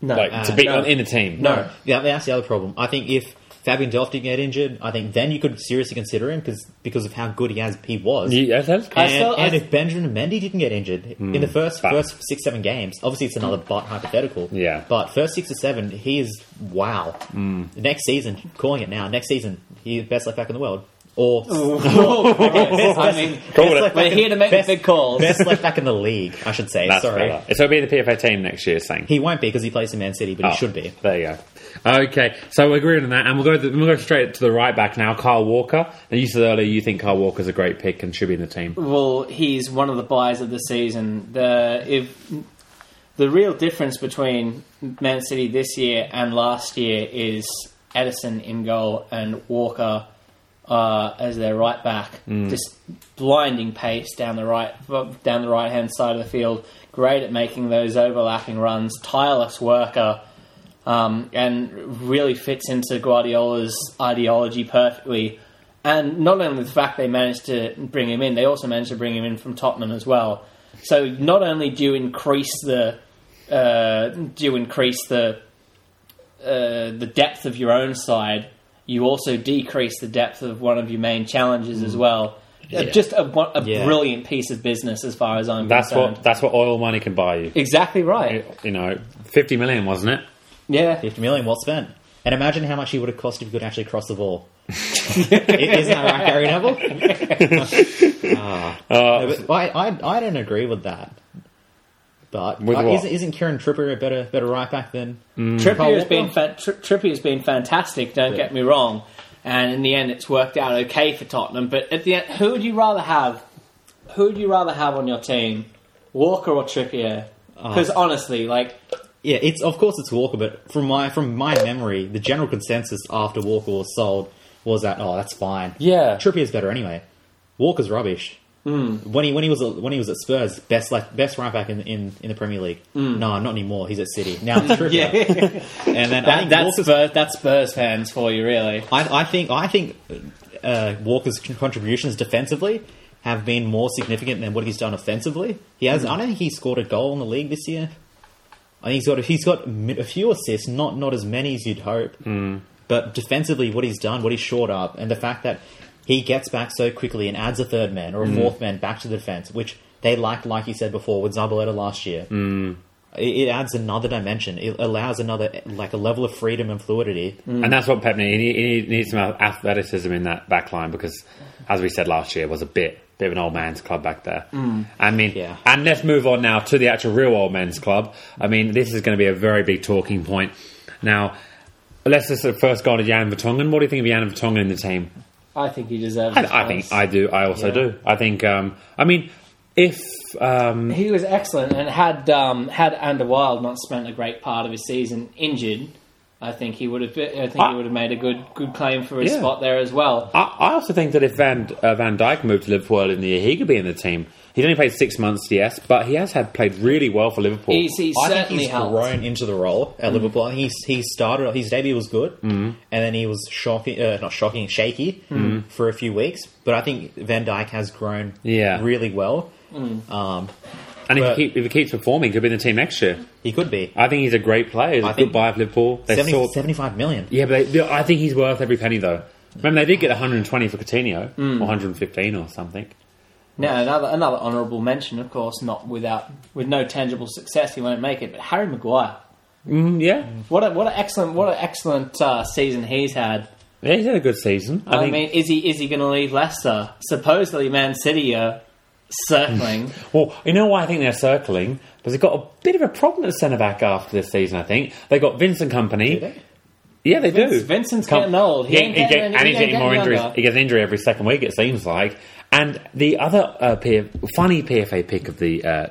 Speaker 2: No,
Speaker 1: Like
Speaker 3: Uh,
Speaker 1: to be
Speaker 2: no.
Speaker 1: in the team.
Speaker 2: no.
Speaker 3: Yeah, that's the other problem. I think if Fabian Delph didn't get injured, I think then you could seriously consider him because because of how good he has he was.
Speaker 1: Yeah, that's
Speaker 2: I
Speaker 3: And,
Speaker 1: correct.
Speaker 2: still- I
Speaker 3: and
Speaker 2: s- Hmm.
Speaker 3: if Benjamin Mendy didn't get injured in the first
Speaker 1: But-
Speaker 3: first six seven games, obviously it's another but hypothetical.
Speaker 1: Yeah.
Speaker 3: But first six or seven, he is wow.
Speaker 2: Hmm.
Speaker 3: Next season, calling it now. Next season, he's the best left back in the world. Or
Speaker 2: Oh, Uh, [LAUGHS]
Speaker 3: [LAUGHS]
Speaker 2: I mean,
Speaker 1: Call
Speaker 3: Best
Speaker 1: it.
Speaker 3: left
Speaker 2: we're
Speaker 3: back in-
Speaker 2: here to make
Speaker 3: best-
Speaker 2: the big calls.
Speaker 3: best left back in the league, I should say.
Speaker 1: That's
Speaker 3: Sorry,
Speaker 1: better. So he'll be in the PFA team next year, saying
Speaker 3: he won't be because he plays in Man City, but
Speaker 1: Oh,
Speaker 3: he should be.
Speaker 1: There you go. Okay, so we're agreeing on that, and we'll go. To the, we'll go straight to the right back now, Carl Walker. And you said earlier you think Carl Walker's a great pick and should be in the team.
Speaker 3: Mm.
Speaker 2: well, he's one of the buys of the season. The if the real difference between Man City this year and last year is Edison in goal and Walker uh, as their right back. Just blinding pace down the right down the right hand side of the field. Great at making those overlapping runs. Tireless worker. Um, and really fits into Guardiola's ideology perfectly. And not only the fact they managed to bring him in, they also managed to bring him in from Tottenham as well. So not only do you increase the uh, do you increase the uh, the depth of your own side, you also decrease the depth of one of your main challenges as well. Uh,
Speaker 1: Mm. Yeah.
Speaker 2: Just a, one- a
Speaker 3: Yeah.
Speaker 2: brilliant piece of business, as far as I'm
Speaker 1: That's
Speaker 2: concerned.
Speaker 1: what that's what oil money can buy you.
Speaker 2: exactly right.
Speaker 1: You know, fifty million, wasn't it?
Speaker 2: Yeah,
Speaker 3: Fifty million, well spent. And imagine how much he would have cost if he could actually cross
Speaker 2: [LAUGHS]
Speaker 3: the ball. Isn't that right, Gary Neville?
Speaker 2: [LAUGHS]
Speaker 1: Uh,
Speaker 3: But I, I, I don't agree with that. But
Speaker 1: With
Speaker 3: uh,
Speaker 1: what?
Speaker 3: isn't isn't Kieran Trippier a better better right back than?
Speaker 2: Hmm.
Speaker 3: Kyle
Speaker 2: Trippier's
Speaker 3: Walker?
Speaker 2: been fa- Tri- Trippier's been fantastic. Don't
Speaker 3: Yeah.
Speaker 2: get me wrong. And in the end, it's worked out okay for Tottenham. But at the end, who would you rather have? Who would you rather have on your team, Walker or Trippier? Because honestly, like
Speaker 3: Yeah, it's of course it's Walker, but from my from my memory, the general consensus after Walker was sold was that oh that's fine.
Speaker 1: yeah,
Speaker 3: Trippier's better anyway. Walker's rubbish.
Speaker 2: Hmm.
Speaker 3: When he when he was when he was at Spurs, best left, best right back in, in in the Premier League. No, not anymore. He's at City now.
Speaker 2: [LAUGHS]
Speaker 3: It's Trippier.
Speaker 2: Hmm. yeah,
Speaker 3: And then I
Speaker 2: that, [LAUGHS]
Speaker 3: think
Speaker 2: that's
Speaker 3: Walker's
Speaker 2: Spurs, that's Spurs fans for you, really.
Speaker 3: I, I think I think uh, Walker's con- contributions defensively have been more significant than what he's done offensively. He has. I don't think he scored a goal in the league this year. I think he's got he's got mi- a few assists, not not as many as you'd hope. But defensively, what he's done, what he's short up, and the fact that he gets back so quickly and adds a third man or a fourth man back to the defense, which they liked, like you said before, with Zabaleta last year. It, it adds another dimension. It allows another like a level of freedom and fluidity.
Speaker 1: and that's what Pep needs. He, need- he needs some athleticism in that back line because, as we said last year, it was a bit bit of an old man's club back there. I mean,
Speaker 3: Yeah.
Speaker 1: and let's move on now to the actual real old men's club. I mean, this is going to be a very big talking point. Now, let's just sort of first go on to Jan Vertonghen. What do you think of Jan Vertonghen in the team?
Speaker 2: I think he deserves. a
Speaker 1: I, I
Speaker 2: chance.
Speaker 1: think I do. I also
Speaker 2: Yeah.
Speaker 1: do. I think. Um, I mean, if um,
Speaker 2: he was excellent, and had um, had Underwild not spent a great part of his season injured, I think he would have. I think
Speaker 1: I-
Speaker 2: he would have made a good good claim for his
Speaker 1: Yeah.
Speaker 2: spot there as well.
Speaker 1: I, I also think that if Van uh, Van Dyke moved to Liverpool early in the year, he could be in the team. He's only played six months, yes, but he has had played really well for Liverpool.
Speaker 2: He's, he
Speaker 3: I think
Speaker 2: certainly
Speaker 3: he's
Speaker 2: helped.
Speaker 3: grown into the role at Liverpool. I think he he started his debut was good, and then he was shocking, uh, not shocking, shaky for a few weeks. But I think Van Dyke has grown,
Speaker 1: Yeah.
Speaker 3: really well. Um,
Speaker 1: and if
Speaker 3: but-
Speaker 1: he, keep, if he keeps performing, he could be in the team next year.
Speaker 3: He could be
Speaker 1: I think he's a great player. He's a
Speaker 3: I
Speaker 1: good
Speaker 3: think
Speaker 1: buy for Liverpool. Uh, They
Speaker 3: 70,
Speaker 1: saw,
Speaker 3: 75 million.
Speaker 1: yeah, but they, I think he's worth every penny though. Remember, they did get 120 for Coutinho,
Speaker 2: Mm.
Speaker 1: or 115 or something.
Speaker 2: Now another another honourable mention, of course, not without with no tangible success, he won't make it. But Harry Maguire,
Speaker 1: Mm, yeah.
Speaker 2: what a, what an excellent what an excellent uh, season he's had.
Speaker 1: yeah, he's had a good season. I,
Speaker 2: I,
Speaker 1: think.
Speaker 2: mean, is he is he going to leave Leicester? Supposedly, Man City are
Speaker 1: [LAUGHS]
Speaker 2: circling.
Speaker 1: Well, you know why I think they're circling? Because they've got a bit of a problem at centre back after this season. I think they got Vincent Company.
Speaker 3: they?
Speaker 1: Yeah, they
Speaker 2: Vince-
Speaker 1: do.
Speaker 2: Vincent's getting old. He ain't
Speaker 1: get-
Speaker 2: getting any-
Speaker 1: and
Speaker 2: he
Speaker 1: he's
Speaker 2: ain't
Speaker 1: getting more
Speaker 2: getting
Speaker 1: injuries.
Speaker 2: younger.
Speaker 1: He gets an injury every second week. It seems like. And the other uh, P- funny PFA pick of the uh,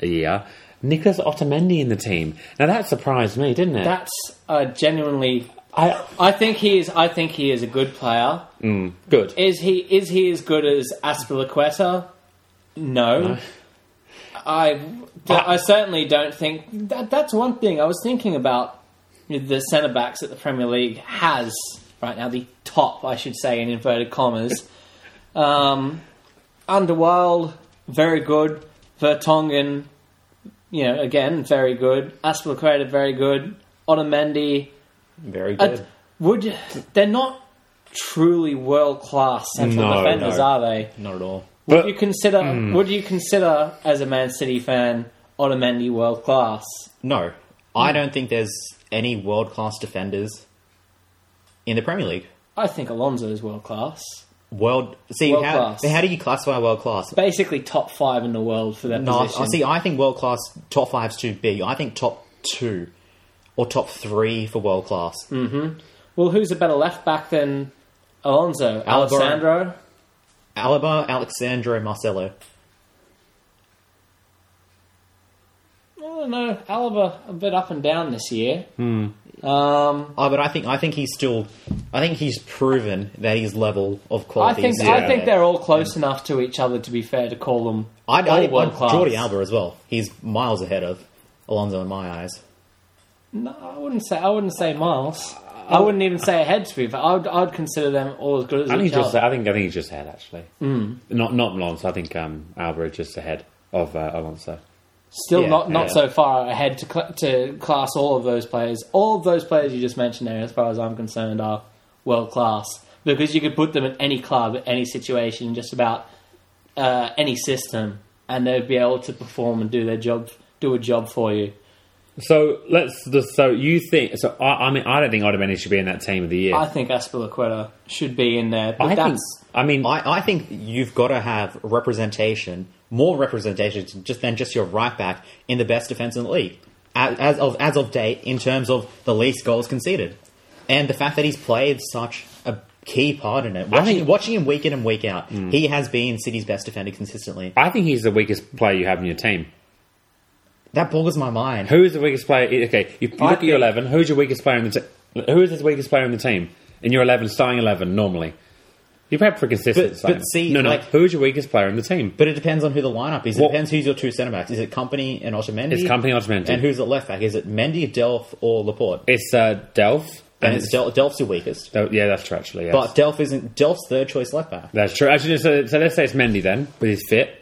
Speaker 1: year, Nicholas Otamendi in the team. Now that surprised me, didn't it?
Speaker 2: That's uh, genuinely.
Speaker 1: I,
Speaker 2: I think he is. I think he is a good player.
Speaker 1: good.
Speaker 2: Is he is he as good as Aspilaqueta? No. I, I certainly don't think that that's one thing I was thinking about the centre backs that the Premier League has right now the top I should say in inverted commas um, Underworld very good Vertonghen you know again very good Aspilaqueta very good Otamendi
Speaker 3: Very
Speaker 2: I-
Speaker 3: good.
Speaker 2: would you- they're not truly world class central
Speaker 1: No,
Speaker 2: defenders,
Speaker 1: no.
Speaker 2: are they?
Speaker 3: Not at all.
Speaker 1: But-
Speaker 2: Would you consider?
Speaker 3: Mm.
Speaker 2: Would you consider as a Man City fan Otamendi world class?
Speaker 3: No, I don't think there's any world class defenders in the Premier League.
Speaker 2: I think Alonso is world class.
Speaker 3: World. See
Speaker 2: World
Speaker 3: how
Speaker 2: class.
Speaker 3: how do you classify world class?
Speaker 2: Basically, top five in the world for that
Speaker 3: No,
Speaker 2: position.
Speaker 3: I see. I think world class top five's too big. I think top two or top three for world class.
Speaker 2: Hmm. Well, who's a better left back than Alonso? Alessandro.
Speaker 3: Alaba, Alexandro, Marcelo.
Speaker 2: I don't know. Alaba a bit up and down this year. Um,
Speaker 3: Oh, but I think I think he's still, I think he's proven that his level of
Speaker 2: I
Speaker 3: quality.
Speaker 2: think
Speaker 3: is
Speaker 2: I think
Speaker 3: there.
Speaker 2: they're all close enough to each other to be fair to call them
Speaker 3: Mm. I'd,
Speaker 2: all
Speaker 3: I'd,
Speaker 2: world
Speaker 3: I'd-
Speaker 2: class.
Speaker 3: Jordi Alba as well. He's miles ahead of Alonso in my eyes.
Speaker 2: No, I wouldn't say. I wouldn't say miles. I wouldn't even say ahead to be fair. I'd I'd consider them all as good as
Speaker 1: I think
Speaker 2: each
Speaker 1: he's just.
Speaker 2: other.
Speaker 1: I think I think he's just ahead actually.
Speaker 2: Mm.
Speaker 1: Not not Alonso. I think um, Alba is just ahead of uh, Alonso.
Speaker 2: Still
Speaker 3: yeah,
Speaker 2: not not
Speaker 3: yeah.
Speaker 2: so far ahead to cl- to class all of those players. All of those players you just mentioned there, as far as I'm concerned, are world class because you could put them in any club, any situation, just about uh, any system, and they'd be able to perform and do their job, do a job for you.
Speaker 1: So let's. Just, so you think? So I, I mean, I don't think Otamendi should be in that team of the year.
Speaker 2: I think Aspilaqueta should be in there, but
Speaker 1: I
Speaker 2: that's
Speaker 1: think. I mean,
Speaker 3: I, I think you've got to have representation, more representation just than just your right back in the best defense in the league as, as of as of date in terms of the least goals conceded, and the fact that he's played such a key part in it. Watching,
Speaker 1: think- Mm.
Speaker 3: watching him week in and week out, he has been City's best defender consistently.
Speaker 1: I think he's the weakest player you have in your team.
Speaker 3: That boggles my mind.
Speaker 1: Who is the weakest player? Okay, you look at your eleven. Who's your weakest player in the team? Who is his weakest player in the team in your eleven, starting eleven normally? You've had for consistency.
Speaker 3: But- but see,
Speaker 1: no, no.
Speaker 3: like-
Speaker 1: who's your weakest player in the team?
Speaker 3: But it depends on who the lineup is. It
Speaker 1: What-
Speaker 3: depends who's your two centre backs. Is it Company and Otamendi?
Speaker 1: It's Company and Otamendi.
Speaker 3: And who's at left back? Is it Mendy, Delph, or Laporte?
Speaker 1: It's uh, Delph.
Speaker 3: And it's Del- Delph's your weakest.
Speaker 1: Del- yeah, that's true. Actually, yes.
Speaker 3: But Delph isn't Delph's third choice left back.
Speaker 1: that's true. Actually, so, so let's say it's Mendy then, with his fit.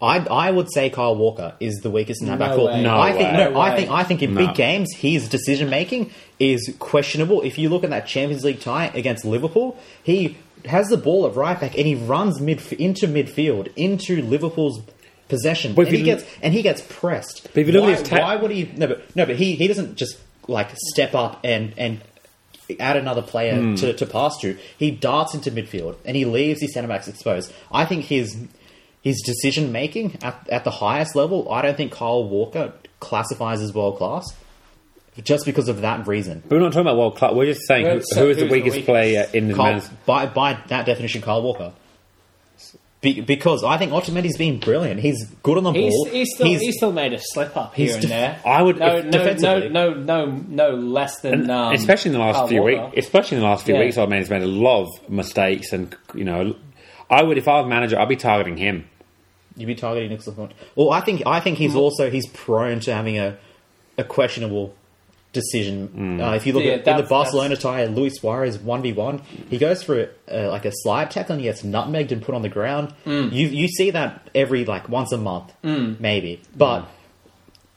Speaker 3: I I would say Kyle Walker is the weakest in that
Speaker 2: No
Speaker 3: back four.
Speaker 2: way. No
Speaker 3: I think
Speaker 1: way.
Speaker 3: no, I
Speaker 2: No
Speaker 3: think I think in
Speaker 1: No.
Speaker 3: big games his decision making is questionable. If you look at that Champions League tie against Liverpool, he has the ball at right back and he runs mid into midfield into Liverpool's possession.
Speaker 1: But if
Speaker 3: and he
Speaker 1: you-
Speaker 3: gets and he gets pressed.
Speaker 1: But if you look at
Speaker 3: why,
Speaker 1: his ta-
Speaker 3: why would he no but no but he, he doesn't just like step up and and add another player
Speaker 1: Hmm.
Speaker 3: to, to pass to. He darts into midfield and he leaves his centre backs exposed. I think his his decision making at, at the highest level, I don't think Kyle Walker classifies as world class just because of that reason.
Speaker 1: But we're not talking about world club. We're just saying
Speaker 2: We're
Speaker 1: who,
Speaker 2: just
Speaker 1: who
Speaker 2: saying
Speaker 1: is the
Speaker 2: who's the
Speaker 1: weakest,
Speaker 2: weakest.
Speaker 1: player in the
Speaker 3: Kyle,
Speaker 1: man's.
Speaker 3: by by that definition, Kyle Walker. Be, because I think Otamendi's been brilliant. He's good on the
Speaker 2: He's,
Speaker 3: ball.
Speaker 2: he's still he's, still made a slip up here
Speaker 3: he's
Speaker 2: and
Speaker 3: def-
Speaker 2: there.
Speaker 1: I would-
Speaker 2: no
Speaker 1: if
Speaker 2: no, no
Speaker 3: defensively-
Speaker 2: no no no less than um,
Speaker 1: especially in the last
Speaker 2: Kyle
Speaker 1: few
Speaker 2: Walker.
Speaker 1: weeks. Especially in the last few
Speaker 2: Yeah.
Speaker 1: weeks, our man's made a lot of mistakes, and you know, I would if I was manager, I'd be targeting him.
Speaker 3: You'd be targeting Nicholas Lafonte. Well, I think I think he's also he's prone to having a a questionable decision. Uh, if you look
Speaker 2: Yeah,
Speaker 3: at in the
Speaker 2: that's-
Speaker 3: Barcelona tie, Luis Suarez one v one, he goes for uh, like a slide tackle and he gets nutmegged and put on the ground.
Speaker 2: Mm.
Speaker 3: You you see that every like once a month, maybe, but.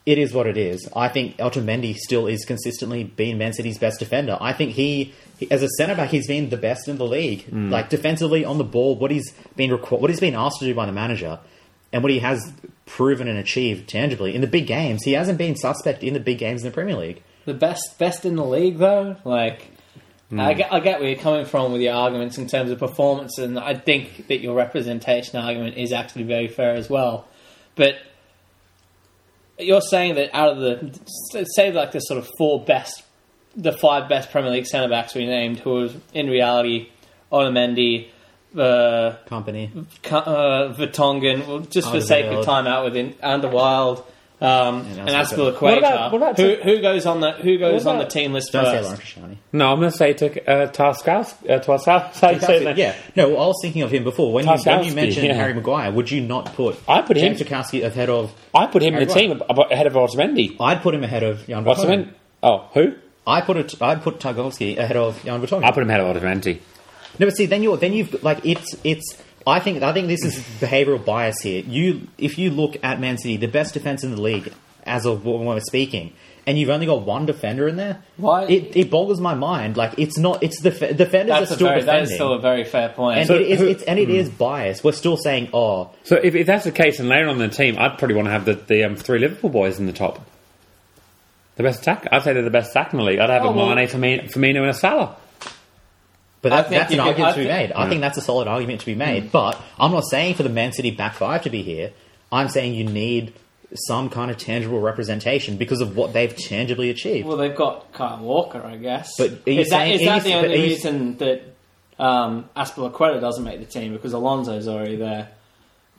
Speaker 3: It is what it is. I think Otamendi still is consistently being Man City's best defender. I think he, he- as a centre back, he's been the best in the league.
Speaker 1: Mm.
Speaker 3: Like defensively on the ball, what he's been requ- what he's been asked to do by the manager, and what he has proven and achieved tangibly in the big games. He hasn't been suspect in the big games in the Premier League.
Speaker 2: the best best in the league though. Like
Speaker 1: Hmm.
Speaker 2: I, get, I get where you're coming from with your arguments in terms of performance, and I think that your representation argument is actually very fair as well. But you're saying that out of the say like the sort of four best, the five best Premier League centre backs we named, who was in reality Olamendi. Uh,
Speaker 3: Company.
Speaker 2: Ka- uh, Vertonghen, well, just for
Speaker 3: Underwild.
Speaker 2: sake of time out with in, Underwild um,
Speaker 3: Yeah,
Speaker 2: and
Speaker 3: that's
Speaker 2: Aspilicueta.
Speaker 1: What about- what about-
Speaker 2: who, who goes on the who goes
Speaker 1: What
Speaker 2: on the
Speaker 1: about-
Speaker 2: team list
Speaker 3: Don't say
Speaker 2: first?
Speaker 3: Lauren Kashani.
Speaker 1: No, I'm going to say to uh, Tarskaus, uh, Tarskaus, how you say that?
Speaker 3: Yeah. No, well, I was thinking of him before. When you, when you
Speaker 1: Tarkowski,
Speaker 3: mentioned
Speaker 1: yeah.
Speaker 3: Harry Maguire, would you not put
Speaker 1: I put him-
Speaker 3: James Tarkowski ahead of
Speaker 1: I put him in the
Speaker 3: Very
Speaker 1: team ab- ab- ahead of Otamendi.
Speaker 3: I'd put him ahead of Jan Vertonghen.
Speaker 1: Otamendi. Oh, who?
Speaker 3: I put it. I put Tarkovsky ahead of Jan Vertonghen.
Speaker 1: I put him ahead of Otamendi.
Speaker 3: No, but see, then you're then you've like it's it's. I think I think this is behavioural bias here. You, if you look at Man City, the best defence in the league as of when we're speaking, and you've only got one defender in there.
Speaker 2: Why-
Speaker 3: It, it boggles my mind. Like it's not. It's the def- defenders
Speaker 2: That's
Speaker 3: are
Speaker 2: a
Speaker 3: still
Speaker 2: very, that
Speaker 3: defending,
Speaker 2: is still a very fair point.
Speaker 3: and
Speaker 1: So
Speaker 3: it is
Speaker 1: who-
Speaker 3: it's and it is biased. We're still saying, oh,
Speaker 1: So if, if that's the case, and later on in the team, I'd probably want to have the, the um, three Liverpool boys in the top. The best attack. I'd say they're the best attack in the league. I'd have
Speaker 2: Oh,
Speaker 1: a
Speaker 2: well-
Speaker 1: Mane, Firmino, Firmino, and a Salah.
Speaker 3: But
Speaker 2: I
Speaker 3: that,
Speaker 2: think
Speaker 3: that's
Speaker 2: you
Speaker 3: an
Speaker 2: could-
Speaker 3: argument
Speaker 2: I
Speaker 3: to be
Speaker 2: think-
Speaker 3: made. I think that's a solid argument to be made. But I'm not saying for the Man City back five to be here. I'm saying you need some kind of tangible representation because of what they've tangibly achieved.
Speaker 2: well, they've got Kyle Walker, I guess.
Speaker 3: But are you
Speaker 2: is that,
Speaker 3: saying-
Speaker 2: is
Speaker 3: are
Speaker 2: that
Speaker 3: you-
Speaker 2: the
Speaker 3: but
Speaker 2: only
Speaker 3: are you-
Speaker 2: reason that um, Aspilicueta doesn't make the team because Alonso's already there?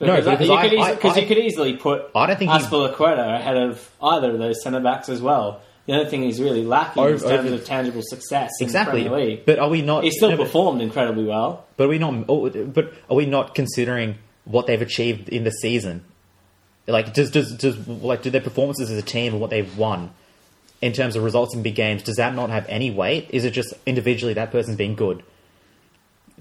Speaker 3: No,
Speaker 2: because
Speaker 3: because
Speaker 2: you,
Speaker 3: I-
Speaker 2: could easily,
Speaker 3: I-
Speaker 2: because you
Speaker 3: I-
Speaker 2: could easily put
Speaker 3: I don't think he's-
Speaker 2: Aspilicueta ahead of either of those centre backs as well. The other thing he's really lacking in
Speaker 3: Over-
Speaker 2: terms
Speaker 3: over-
Speaker 2: of tangible success in
Speaker 3: Exactly.
Speaker 2: the Premier League.
Speaker 3: But are we not?
Speaker 2: He still
Speaker 3: no, but-
Speaker 2: performed incredibly well.
Speaker 3: But are we not? oh, But are we not considering what they've achieved in the season? Like, does does does like do their performances as a team and what they've won in terms of results in big games? Does that not have any weight? Is it just individually that person's been good?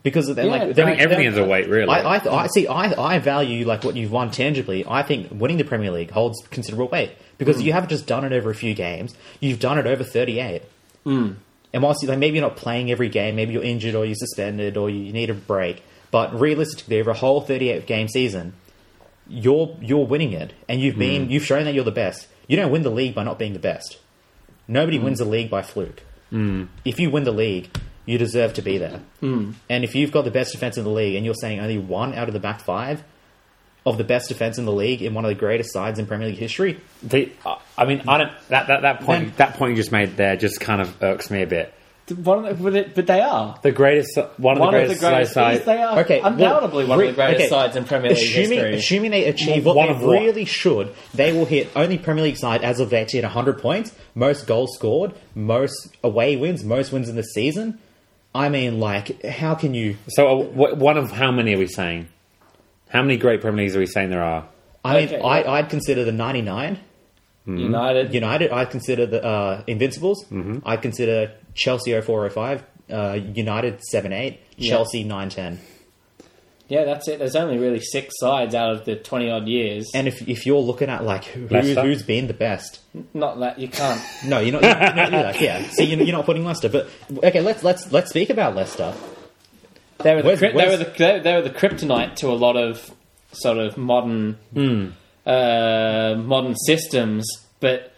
Speaker 3: Because then,
Speaker 2: Yeah,
Speaker 3: like,
Speaker 2: I
Speaker 1: I think
Speaker 3: then-
Speaker 1: everything is a weight, really.
Speaker 3: I, I, I see. I, I value like what you've won tangibly. I think winning the Premier League holds considerable weight because
Speaker 1: Hmm.
Speaker 3: you haven't just done it over a few games. You've done it over thirty-eight.
Speaker 1: Hmm.
Speaker 3: And whilst you, like maybe you're not playing every game, maybe you're injured or you're suspended or you need a break. But realistically, over a whole thirty-eight game season, you're you're winning it, and you've been you've shown that you're the best. You don't win the league by not being the best. Nobody wins the league by fluke. If you win the league, you deserve to be there. And if you've got the best defense in the league, and you're saying only one out of the back five of the best defense in the league in one of the greatest sides in Premier League history,
Speaker 1: The, I- I mean, I don't. That, that, that point that point you just made there just kind of irks me a bit.
Speaker 2: One of the- but, it, but they are.
Speaker 1: The greatest, uh, one of
Speaker 2: One
Speaker 1: the
Speaker 2: of the
Speaker 1: greatest,
Speaker 2: greatest.
Speaker 1: side-
Speaker 2: They are
Speaker 3: Okay, well,
Speaker 2: undoubtedly one of the
Speaker 3: re-
Speaker 2: greatest
Speaker 3: okay,
Speaker 2: sides in Premier League
Speaker 3: assuming
Speaker 2: history.
Speaker 3: assuming they achieve
Speaker 1: Well,
Speaker 3: what
Speaker 1: one
Speaker 3: they
Speaker 1: of what?
Speaker 3: really should, they will hit only Premier League side as of that hit 100 points, most goals scored, most away wins, most wins in the season. I mean, like, how can you?
Speaker 1: So, uh, wh- one of how many are we saying? How many great Premier Leagues are we saying there are?
Speaker 3: I mean,
Speaker 2: Okay.
Speaker 3: I, I'd consider the 99
Speaker 2: United,
Speaker 3: United. I'd consider the uh, Invincibles.
Speaker 1: Mm-hmm.
Speaker 3: I'd consider Chelsea 0405, uh, United 78, Chelsea 910.
Speaker 2: yeah, that's it. There's only really six sides out of the twenty odd years, and
Speaker 3: And if, if you're looking at like who,
Speaker 1: Leicester?
Speaker 3: who's been the best,
Speaker 2: not that you can't.
Speaker 3: No, you're not. You're not you're like, yeah. See, you're, you're not putting Leicester. But okay, let's let's let's speak about Leicester.
Speaker 2: They were the,
Speaker 3: Where's-
Speaker 2: crypt, they
Speaker 3: where's-
Speaker 2: were the they, they were the kryptonite to a lot of sort of modern
Speaker 3: Hmm.
Speaker 2: uh, modern systems, but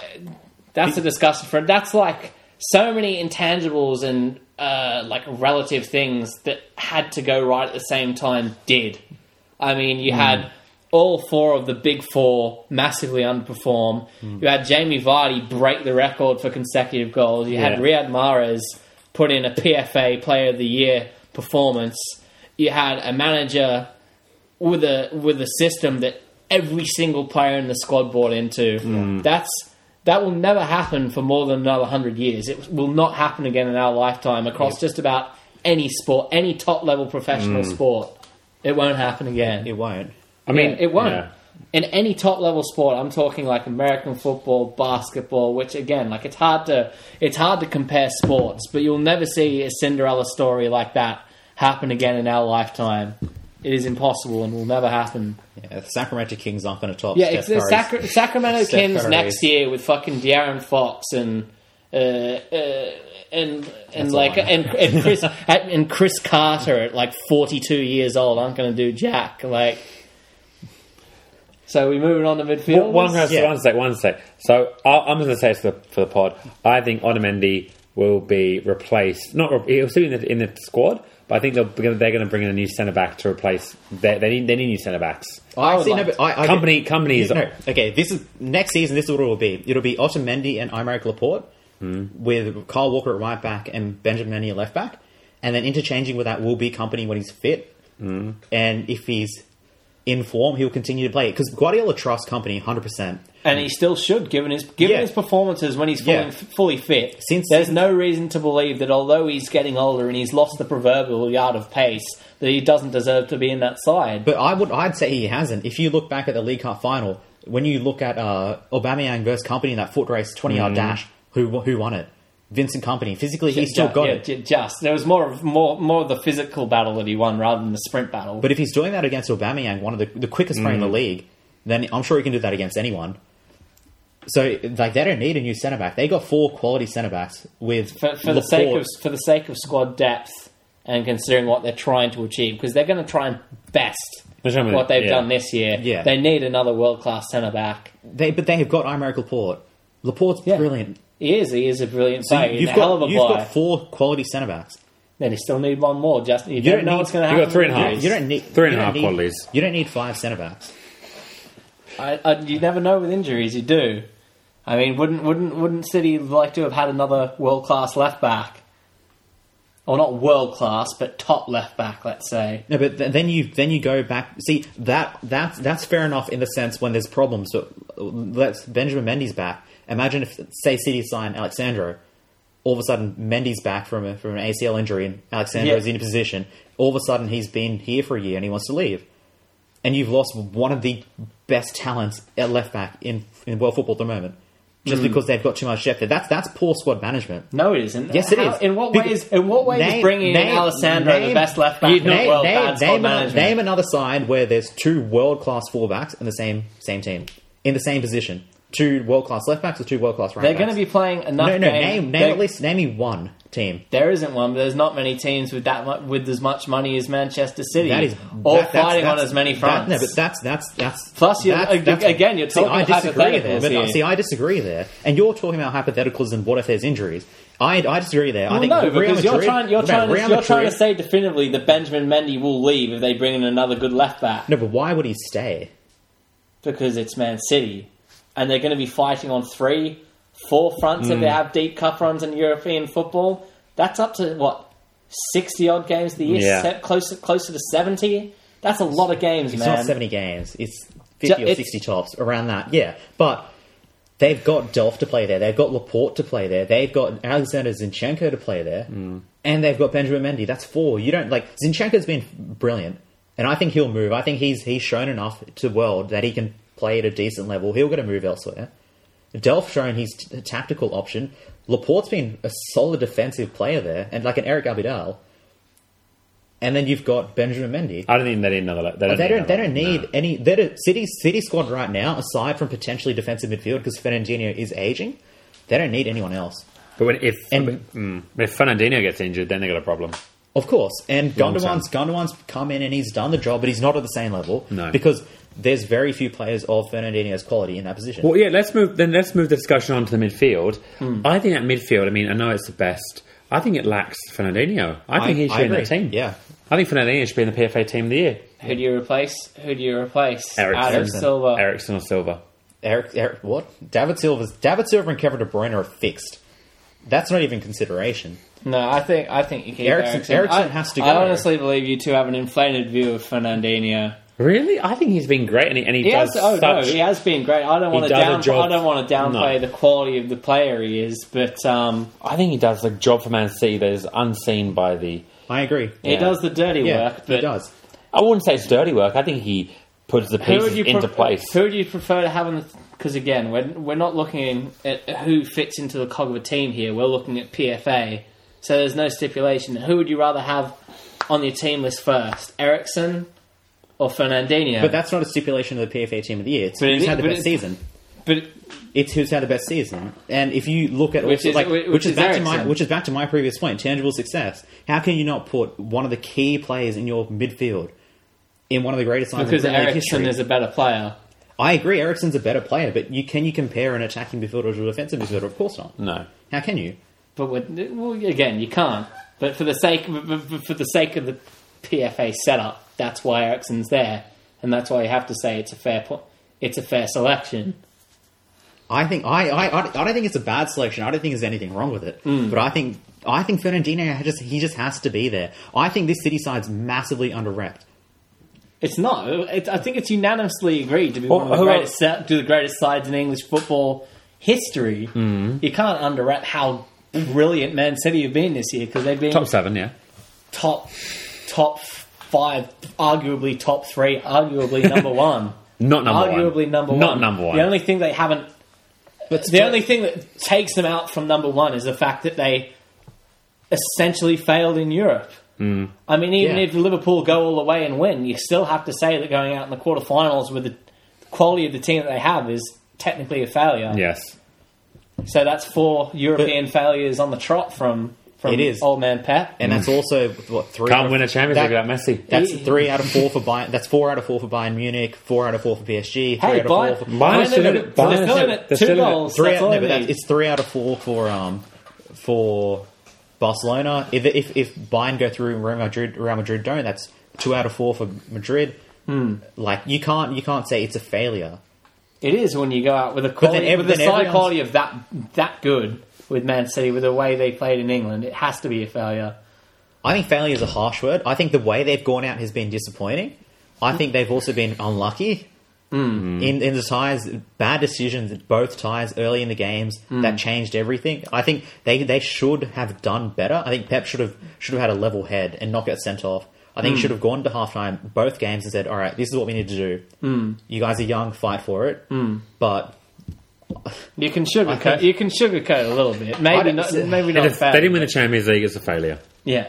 Speaker 2: uh, that's a discussion for that's like so many intangibles and uh, like relative things that had to go right at the same time did. I mean,
Speaker 3: Hmm.
Speaker 2: you had all four of the big four massively underperform.
Speaker 3: Hmm.
Speaker 2: You had Jamie Vardy break the record for consecutive goals. You had
Speaker 1: Yeah.
Speaker 2: Riyad Mahrez put in a PFA Player of the Year performance. You had a manager with a with a system that every single player in the squad bought into. That's that will never happen for more than another hundred years. It will not happen again in our lifetime across just about any sport, any top level professional sport. It won't happen again.
Speaker 3: It won't.
Speaker 1: I mean,
Speaker 2: Yeah, it won't.
Speaker 1: yeah.
Speaker 2: In any top level sport, I'm talking like American football, basketball, which again, like it's hard to it's hard to compare sports, but you'll never see a Cinderella story like that happen again in our lifetime. It is impossible and will never happen.
Speaker 3: Yeah, the Sacramento Kings aren't going to top.
Speaker 2: Yeah,
Speaker 3: Steph
Speaker 2: it's the
Speaker 3: Curry's-
Speaker 2: Sacra- Sacramento
Speaker 3: Steph
Speaker 2: Kings
Speaker 3: Curry's.
Speaker 2: next year with fucking De'Aaron Fox and uh, uh, and and
Speaker 3: all
Speaker 2: like
Speaker 3: I know.
Speaker 2: and, and Chris [LAUGHS] and Chris Carter at like forty two years old aren't going to do jack. Like, so we moving on to
Speaker 1: Well,
Speaker 2: midfield.
Speaker 1: one, has-
Speaker 3: Yeah.
Speaker 1: one sec, one sec. So I, I'm going to say this for the, for the pod. I think Onamendi will be replaced. Not re- he'll still be in the, in the squad, but I think they'll, they're going to bring in a new centre back to replace. They, they need they need new centre backs.
Speaker 3: I see.
Speaker 2: like
Speaker 3: no, but I, I
Speaker 1: Company companies.
Speaker 3: No, okay. This is next season. This is what it will be. It'll be Otamendi and Imeric Laporte
Speaker 2: Hmm.
Speaker 3: with Kyle Walker at right back and Benjamin Mendy at left back, and then interchanging with that will be Company when he's fit,
Speaker 2: Hmm.
Speaker 3: mm. and if he's in form, he'll continue to play because Guardiola trusts Company hundred percent.
Speaker 2: and he still should, given his given
Speaker 3: Yeah.
Speaker 2: his performances when he's fully,
Speaker 3: Yeah.
Speaker 2: fully fit.
Speaker 3: Since-
Speaker 2: there's no reason to believe that although he's getting older and he's lost the proverbial yard of pace, that he doesn't deserve to be in that side.
Speaker 3: But I would, I'd say he hasn't. If you look back at the League Cup final, when you look at uh, Aubameyang versus Company in that foot race, twenty yard dash, who who won it? Vincent Company. Physically, he still got
Speaker 2: Mm. yeah,
Speaker 3: it.
Speaker 2: ju- Just there was more of more more of the physical battle that he won rather than the sprint battle.
Speaker 3: But if he's doing that against Aubameyang, one of the, the quickest player in
Speaker 2: Mm.
Speaker 3: the league, then I'm sure he can do that against anyone. So like they don't need a new centre back. They got four quality centre backs with
Speaker 2: for, for the sake of
Speaker 3: Laporte.
Speaker 2: for the sake of squad depth and considering what they're trying to achieve, because they're going to try and best
Speaker 1: They're trying to-
Speaker 2: what they've
Speaker 1: yeah.
Speaker 2: done this year.
Speaker 3: Yeah.
Speaker 2: they need another world class centre back.
Speaker 3: they, but they have got Imeric Laporte. Laporte's
Speaker 2: Yeah.
Speaker 3: brilliant.
Speaker 2: He is he is a brilliant player. He's
Speaker 3: you've
Speaker 2: a
Speaker 3: got,
Speaker 2: hell of a
Speaker 3: you've
Speaker 2: player.
Speaker 3: got four quality centre backs.
Speaker 2: Then you still need one more. Just you, don't
Speaker 3: don't
Speaker 2: know
Speaker 3: need-
Speaker 2: what's going to
Speaker 1: you've
Speaker 2: happen.
Speaker 1: got three and a
Speaker 2: with
Speaker 1: half.
Speaker 2: these.
Speaker 3: You don't need
Speaker 1: Three and a
Speaker 3: you don't
Speaker 1: half
Speaker 3: need-
Speaker 1: qualities.
Speaker 3: You don't need five centre backs.
Speaker 2: I, I, you never know with injuries. You do. I mean, wouldn't wouldn't wouldn't City like to have had another world class left back? or not world class, but top left back, let's say.
Speaker 3: No, but th- then you then you go back. See that that's that's fair enough in the sense when there's problems. But uh, let's Benjamin Mendy's back. Imagine if say City sign Alexandro, all of a sudden Mendy's back from a, from an ACL injury and Alexandro's
Speaker 2: Yeah.
Speaker 3: in a position. All of a sudden he's been here for a year and he wants to leave, and you've lost one of the best talents at left back in in world football at the moment. Just because they've got too much depth, there. that's that's poor squad management.
Speaker 2: No, it isn't.
Speaker 3: Yes, it
Speaker 2: How-
Speaker 3: is.
Speaker 2: In what
Speaker 3: Because-
Speaker 2: ways? In what way
Speaker 3: Name-
Speaker 2: is bringing
Speaker 3: name-
Speaker 2: in Alessandro
Speaker 3: name-
Speaker 2: the best left back
Speaker 1: You-
Speaker 2: in the
Speaker 1: name-
Speaker 2: world? bad squad
Speaker 3: name,
Speaker 2: management?
Speaker 3: name another side where there's two world class fullbacks in the same same team in the same position. Two world class left backs or two world class right.
Speaker 2: They're
Speaker 3: going
Speaker 2: going to be playing enough.
Speaker 3: no no
Speaker 2: games-
Speaker 3: name name
Speaker 2: they're-
Speaker 3: at least name me one team.
Speaker 2: There isn't one. But there's not many teams with that mu- with as much money as Manchester City.
Speaker 3: That is
Speaker 2: all
Speaker 3: that- that's-
Speaker 2: fighting
Speaker 3: that's-
Speaker 2: on as many
Speaker 3: that-
Speaker 2: fronts.
Speaker 3: no, but that's that's that's
Speaker 2: Plus, you're-
Speaker 3: that's-
Speaker 2: ag- again, you're talking
Speaker 3: see, I disagree there.
Speaker 2: hypotheticals
Speaker 3: But, uh,
Speaker 2: here.
Speaker 3: see, I disagree there, and you're talking about hypotheticals and what if there's injuries. I, I disagree there. I
Speaker 2: Well,
Speaker 3: think
Speaker 2: no,
Speaker 3: Real
Speaker 2: because you're
Speaker 3: Madrid-
Speaker 2: trying, you're,
Speaker 3: no,
Speaker 2: trying to,
Speaker 3: Real
Speaker 2: you're trying to
Speaker 3: Madrid-
Speaker 2: say definitively that Benjamin Mendy will leave if they bring in another good left back
Speaker 3: no, but why would he stay?
Speaker 2: because it's Man City, and they're going to be fighting on three, four fronts if they
Speaker 3: Hmm.
Speaker 2: have deep cup runs in European football. That's up to what sixty odd games of the year,
Speaker 1: Yeah.
Speaker 2: se- closer closer to seventy. That's a lot of games,
Speaker 3: It's
Speaker 2: man.
Speaker 3: not 70 games. It's 50 or
Speaker 2: it's-
Speaker 3: 60 tops, around that. Yeah. But they've got Delph to play there. They've got Laporte to play there. They've got Alexander Zinchenko to play there.
Speaker 2: Mm.
Speaker 3: And they've got Benjamin Mendy. That's four. You don't like Zinchenko's been brilliant. And I think he'll move. I think he's he's shown enough to world that he can play at a decent level. He'll get a move elsewhere. Delph shown his t- tactical option. Laporte's been a solid defensive player there, and like an Eric Abidal. And then you've got Benjamin Mendy.
Speaker 1: I don't think they need another. le- They don't. need
Speaker 3: They don't. They
Speaker 1: another
Speaker 3: don't
Speaker 1: one, no.
Speaker 3: need any. They don't, City City squad right now, aside from potentially defensive midfield, because Fernandinho is aging. They don't need anyone else,
Speaker 1: But when if
Speaker 3: And-
Speaker 1: mm, if Fernandinho gets injured, then they got a problem.
Speaker 3: of course. And
Speaker 1: Long
Speaker 3: Gundogan's Gundogan's come in and he's done the job, but he's not at the same level.
Speaker 1: No.
Speaker 3: because there's very few players of Fernandinho's quality in that position.
Speaker 1: Well, yeah. Let's move. Then let's move the discussion on to the midfield. I think that midfield. I mean, I know it's the best. I think it lacks Fernandinho. I think he should be in
Speaker 3: agree.
Speaker 1: that team.
Speaker 3: Yeah,
Speaker 1: I think Fernandinho should be in the PFA team of the year.
Speaker 2: Who do you replace? Who do you replace?
Speaker 1: Ericsson.
Speaker 2: Adam
Speaker 1: Ericsson.
Speaker 2: Silva.
Speaker 1: Ericsson or Silva.
Speaker 3: Eric, Eric. What? David Silva's David Silva and Kevin De Bruyne are fixed. That's not even consideration.
Speaker 2: No, I think I think you keep
Speaker 3: Ericsson-
Speaker 2: Ericsson.
Speaker 3: Ericsson
Speaker 2: I,
Speaker 3: has to
Speaker 2: I
Speaker 3: go.
Speaker 2: honestly believe you two have an inflated view of Fernandinho.
Speaker 1: Really, I think he's been great, and he, and he,
Speaker 2: He
Speaker 1: does
Speaker 2: has, oh no,
Speaker 1: such.
Speaker 2: he has been great. I don't want to
Speaker 1: does a
Speaker 2: down,
Speaker 1: job-
Speaker 2: I don't want to downplay
Speaker 1: No.
Speaker 2: the quality of the player he is, but um,
Speaker 1: I think he does the job for Man City that is unseen by the.
Speaker 3: I agree.
Speaker 2: he
Speaker 1: Yeah.
Speaker 2: does the dirty
Speaker 3: Yeah,
Speaker 2: work. But
Speaker 3: he does.
Speaker 1: I wouldn't say it's dirty work. I think he puts the
Speaker 2: who would
Speaker 1: pieces
Speaker 2: you
Speaker 1: into
Speaker 2: pre-
Speaker 1: place.
Speaker 2: Who would you prefer to have in? Because again, we're we're not looking at who fits into the cog of a team here. We're looking at PFA. So there's no stipulation. Who would you rather have on your team list first, Ericsson or Fernandinho?
Speaker 3: But that's not a stipulation of the PFA team of the year. It's
Speaker 2: But it
Speaker 3: who's
Speaker 2: is-
Speaker 3: had the
Speaker 2: but
Speaker 3: best
Speaker 2: it-
Speaker 3: season.
Speaker 2: but
Speaker 3: it's who's had the best season. And if you look at
Speaker 2: Which
Speaker 3: also,
Speaker 2: is-
Speaker 3: like, which,
Speaker 2: which
Speaker 3: is,
Speaker 2: is
Speaker 3: back to my
Speaker 2: Eriksen.
Speaker 3: which is back to my previous point, tangible success. How can you not put one of the key players in your midfield in one of the greatest lines in
Speaker 2: because
Speaker 3: Premier League
Speaker 2: Ericsson
Speaker 3: history?
Speaker 2: is a better player.
Speaker 3: I agree, Ericsson's a better player, but you can you compare an attacking midfielder to a defensive midfielder? Of course not.
Speaker 1: no,
Speaker 3: How can you?
Speaker 2: But with, well, again, you can't. But for the sake for the sake of the PFA setup, that's why Ericsson's there, and that's why you have to say it's a fair po- it's a fair selection.
Speaker 3: I think I, I I don't think it's a bad selection. I don't think there's anything wrong with it.
Speaker 2: Hmm.
Speaker 3: But I think I think Fernandinho just he just has to be there. I think this city side's massively underrepped.
Speaker 2: It's not. It, I think it's unanimously agreed to be one of the
Speaker 1: who
Speaker 2: greatest se- to the greatest sides in English football history. You can't underrate how brilliant Man City have been this year because they've been
Speaker 1: top seven. Yeah,
Speaker 2: top top five, arguably top three, arguably
Speaker 1: [LAUGHS]
Speaker 2: number one.
Speaker 1: not number one.
Speaker 2: arguably number one.
Speaker 1: Not number one.
Speaker 2: The only thing they haven't. But the only thing that takes them out from number one is the fact that they essentially failed in Europe.
Speaker 1: Mm.
Speaker 2: I mean, even
Speaker 3: Yeah.
Speaker 2: if Liverpool go all the way and win, you still have to say that going out in the quarterfinals with the quality of the team that they have is technically a failure.
Speaker 1: yes.
Speaker 2: So that's four European failures on the trot from from
Speaker 3: It is.
Speaker 2: old man Pep.
Speaker 3: And that's also what three out
Speaker 1: Can't
Speaker 3: of-
Speaker 1: win a Champions
Speaker 3: that-
Speaker 1: League without Messi.
Speaker 3: That's
Speaker 2: He-
Speaker 3: three out of four for Bayern. That's four out of four for Bayern Munich. Four out of four for PSG. Three
Speaker 2: Hey,
Speaker 3: out of
Speaker 2: Bayern,
Speaker 3: four for
Speaker 1: Bayern's
Speaker 2: no, no,
Speaker 1: still in
Speaker 2: no,
Speaker 1: it.
Speaker 2: they're
Speaker 1: Bayern's
Speaker 2: still
Speaker 1: still-
Speaker 2: in it.
Speaker 1: they're
Speaker 2: Two
Speaker 1: still in it.
Speaker 2: goals.
Speaker 3: three
Speaker 2: that's
Speaker 3: out,
Speaker 2: all
Speaker 3: no,
Speaker 2: it
Speaker 3: but that's,
Speaker 2: needs.
Speaker 3: it's three out of four for um for Barcelona. If if, if Bayern go through and Real Madrid, Real Madrid don't. That's two out of four for Madrid.
Speaker 2: Hmm.
Speaker 3: Like you can't you can't say it's a failure.
Speaker 2: It is when you go out with a quality,
Speaker 3: ev-
Speaker 2: with the
Speaker 3: then
Speaker 2: side
Speaker 3: everyone's-
Speaker 2: quality of that that good with Man City, with the way they played in England, it has to be a failure.
Speaker 3: I think failure is a harsh word. I think the way they've gone out has been disappointing. I think they've also been unlucky
Speaker 2: Mm.
Speaker 3: in in the ties, bad decisions at both ties early in the games
Speaker 2: Mm.
Speaker 3: that changed everything. I think they they should have done better. I think Pep should have should have had a level head and not get sent off. I
Speaker 2: Mm.
Speaker 3: think he should have gone to halftime both games and said, "All right, this is what we need to do.
Speaker 2: Mm.
Speaker 3: You guys are young, fight for it." But
Speaker 2: You can sugarcoat.
Speaker 1: Okay.
Speaker 2: You can sugarcoat a little bit.
Speaker 3: I
Speaker 2: Maybe
Speaker 3: don't
Speaker 2: not.
Speaker 3: see-
Speaker 2: Maybe
Speaker 1: They
Speaker 2: not.
Speaker 1: just- they didn't win
Speaker 2: fair.
Speaker 1: the Champions League. It's a failure.
Speaker 2: Yeah.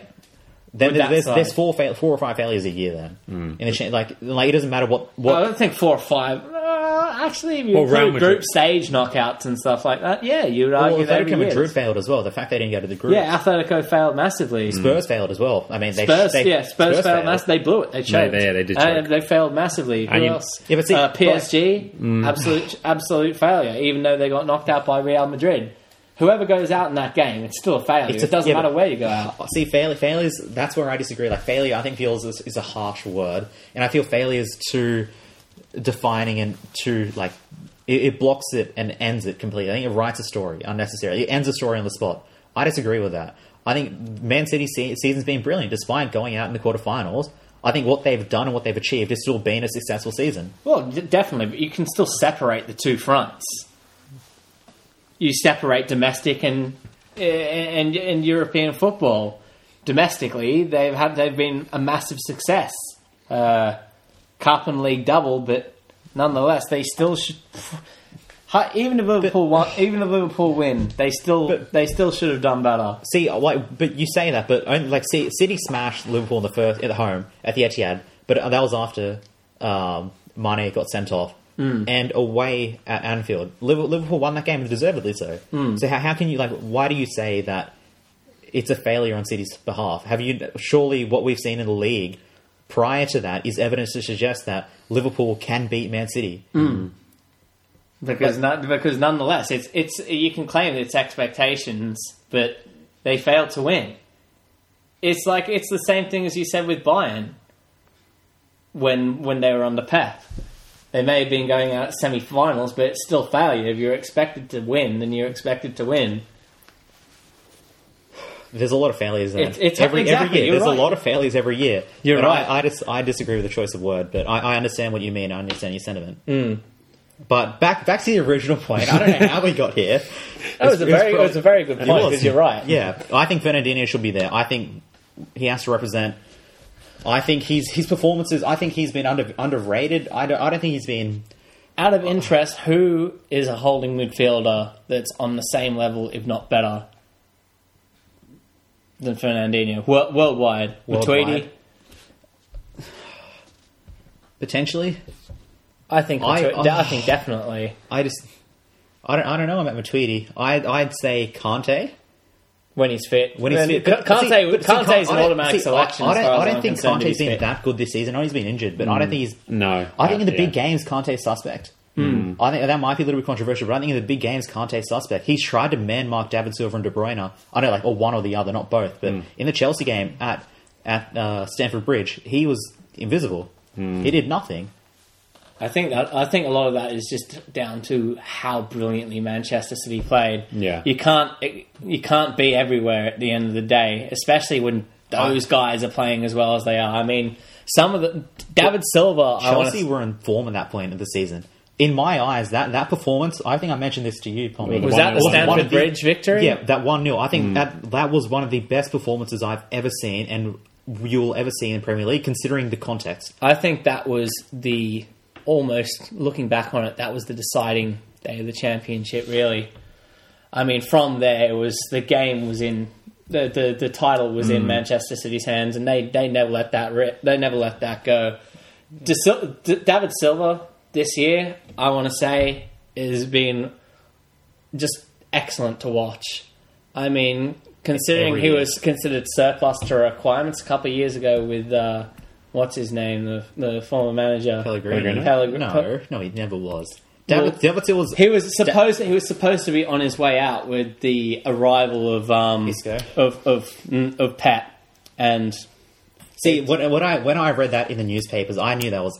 Speaker 3: then
Speaker 2: With that Mm.
Speaker 3: there's,
Speaker 2: side.
Speaker 3: there's four fail, four or five failures a year. Then in the cha- like like it doesn't matter what what
Speaker 2: I don't think four or five. Uh, actually, if you
Speaker 1: Well,
Speaker 2: include
Speaker 1: Real Madrid-
Speaker 2: group stage knockouts and stuff like that, yeah, you would
Speaker 3: Well,
Speaker 2: argue that
Speaker 3: Atletico
Speaker 2: every
Speaker 3: Madrid
Speaker 2: year.
Speaker 3: failed as well. The fact they didn't go to the group.
Speaker 2: Yeah, Atletico failed massively.
Speaker 3: Spurs failed as well. I mean, they,
Speaker 2: Spurs,
Speaker 3: they,
Speaker 2: yeah, Spurs, failed massively. They blew it. They choked.
Speaker 1: they- they did
Speaker 2: Uh,
Speaker 1: choke.
Speaker 2: they failed massively. Who
Speaker 1: And you-
Speaker 2: else?
Speaker 3: Yeah, but see-
Speaker 2: uh, PSG, absolute, absolute failure. Even though they got knocked out by Real Madrid, whoever goes out in that game, it's still a failure.
Speaker 3: It's a-
Speaker 2: it doesn't
Speaker 3: yeah,
Speaker 2: matter
Speaker 3: but-
Speaker 2: where you go out.
Speaker 3: See, failure, failures. That's where I disagree. Like failure, I think feels is, is a harsh word, and I feel failure is too defining and too like it, it blocks it and ends it completely. I think it writes a story unnecessarily. It ends a story on the spot. I disagree with that. I think Man City's se- season's been brilliant, despite going out in the quarterfinals. I think what they've done and what they've achieved has still been a successful season.
Speaker 2: Well, d- definitely, but you can still separate the two fronts. You separate domestic and eh, and and European football. Domestically, they've had they've been a massive success. Uh, Cup and league double, but nonetheless, they still should. [LAUGHS] Hi- Even if Liverpool won, even if Liverpool win, they still
Speaker 3: But-
Speaker 2: they still should have done better.
Speaker 3: See, like, but you say that, but only, like, see, City smashed Liverpool in the first at home at the Etihad, but that was after um, Mane got sent off and away at Anfield. Liver- Liverpool won that game and deservedly so. So how, how can you like? Why do you say that it's a failure on City's behalf? Have you surely what we've seen in the league prior to that is evidence to suggest that Liverpool can beat Man City?
Speaker 2: because not, because nonetheless, it's it's you can claim it's expectations, but they failed to win. It's like it's the same thing as you said with Bayern when when they were on the path. They may have been going out semi-finals, but it's still failure. If you're expected to win, then you're expected to win.
Speaker 3: There's a lot of failures there.
Speaker 2: It's- it's-
Speaker 3: every,
Speaker 2: exactly,
Speaker 3: every year.
Speaker 2: you're
Speaker 3: There's
Speaker 2: right.
Speaker 3: a lot of failures every year.
Speaker 2: You're
Speaker 3: But
Speaker 2: right.
Speaker 3: I, I, just, I disagree with the choice of word, but I, I understand what you mean. I understand your sentiment.
Speaker 2: Hmm.
Speaker 3: But back back to the original point. I don't know how we got here.
Speaker 2: [LAUGHS] That was a very it was a very good
Speaker 3: It
Speaker 2: point
Speaker 3: was.
Speaker 2: because you're right.
Speaker 3: Yeah, I think Fernandinho should be there. I think he has to represent. I think he's his performances. I think he's been under underrated. I don't. I don't think he's been.
Speaker 2: Out of interest, who is a holding midfielder that's on the same level, if not better, than Fernandinho? Wor- worldwide.
Speaker 3: Worldwide.
Speaker 2: Matuidi?
Speaker 3: Potentially,
Speaker 2: I think,
Speaker 3: I-
Speaker 2: Matui-
Speaker 3: I-
Speaker 2: I
Speaker 3: [SIGHS]
Speaker 2: think definitely.
Speaker 3: I just. I don't. I don't know about Matuidi. I. I'd say Kante.
Speaker 2: When he's fit.
Speaker 3: when he's
Speaker 2: And
Speaker 3: fit.
Speaker 2: Ka-
Speaker 3: But- but see-
Speaker 2: Kante,
Speaker 3: but see,
Speaker 2: Kante's
Speaker 3: I
Speaker 2: an
Speaker 3: don't-
Speaker 2: automatic
Speaker 3: see,
Speaker 2: selection.
Speaker 3: I, I don't,
Speaker 2: as far
Speaker 3: I
Speaker 2: as
Speaker 3: don't
Speaker 2: I'm
Speaker 3: think
Speaker 2: concerned, if
Speaker 3: Kante's
Speaker 2: he's Mm.
Speaker 3: been
Speaker 2: fit.
Speaker 3: that good this season. I know he's been injured, but I don't think he's.
Speaker 1: No,
Speaker 3: I think in the big
Speaker 1: yeah. Hmm.
Speaker 3: games, Kante's suspect. I think that might be a little bit controversial, but I think in the big games, Kante's suspect. He's tried to man mark David Silver and De Bruyne. I know, like, or one or the other, not both.
Speaker 1: Hmm.
Speaker 3: But in the Chelsea game at at uh, Stanford Bridge, he was invisible.
Speaker 1: Hmm.
Speaker 3: He did nothing.
Speaker 2: I think that I think a lot of that is just down to how brilliantly Manchester City played.
Speaker 1: Yeah.
Speaker 2: you can't you can't be everywhere at the end of the day, especially when those guys are playing as well as they are. I mean, some of the David Silva, I wanna-
Speaker 3: Chelsea were in form at that point of the season. In my eyes, that, that performance, I think I mentioned this to you, Tommy.
Speaker 2: was
Speaker 3: One-
Speaker 2: that the
Speaker 3: one- one
Speaker 2: Stanford
Speaker 3: of the-
Speaker 2: Bridge victory?
Speaker 3: Yeah, that one 0 I think that that was one of the best performances I've ever seen, and you'll ever see in Premier League, considering the context.
Speaker 2: I think that was the almost looking back on it, that was the deciding day of the championship. Really, I mean, from there it was the game was in the the, the title was
Speaker 3: Mm.
Speaker 2: in Manchester City's hands, and they they never let that rip. They never let that go. De Sil- D- David Silva this year, I want to say, has been just excellent to watch. I mean, considering
Speaker 3: Every
Speaker 2: he
Speaker 3: year.
Speaker 2: was considered surplus to requirements a couple of years ago with uh, what's his name, the, the former manager
Speaker 3: Pellegrini,
Speaker 2: Pellegrini.
Speaker 3: no, no, he never was.
Speaker 2: Well,
Speaker 3: David, David Silva's
Speaker 2: He was supposed he was supposed to be on his way out with the arrival of um
Speaker 3: Isco.
Speaker 2: of of mm, of Pat and
Speaker 3: See, what, what I when I read that in the newspapers, I knew that was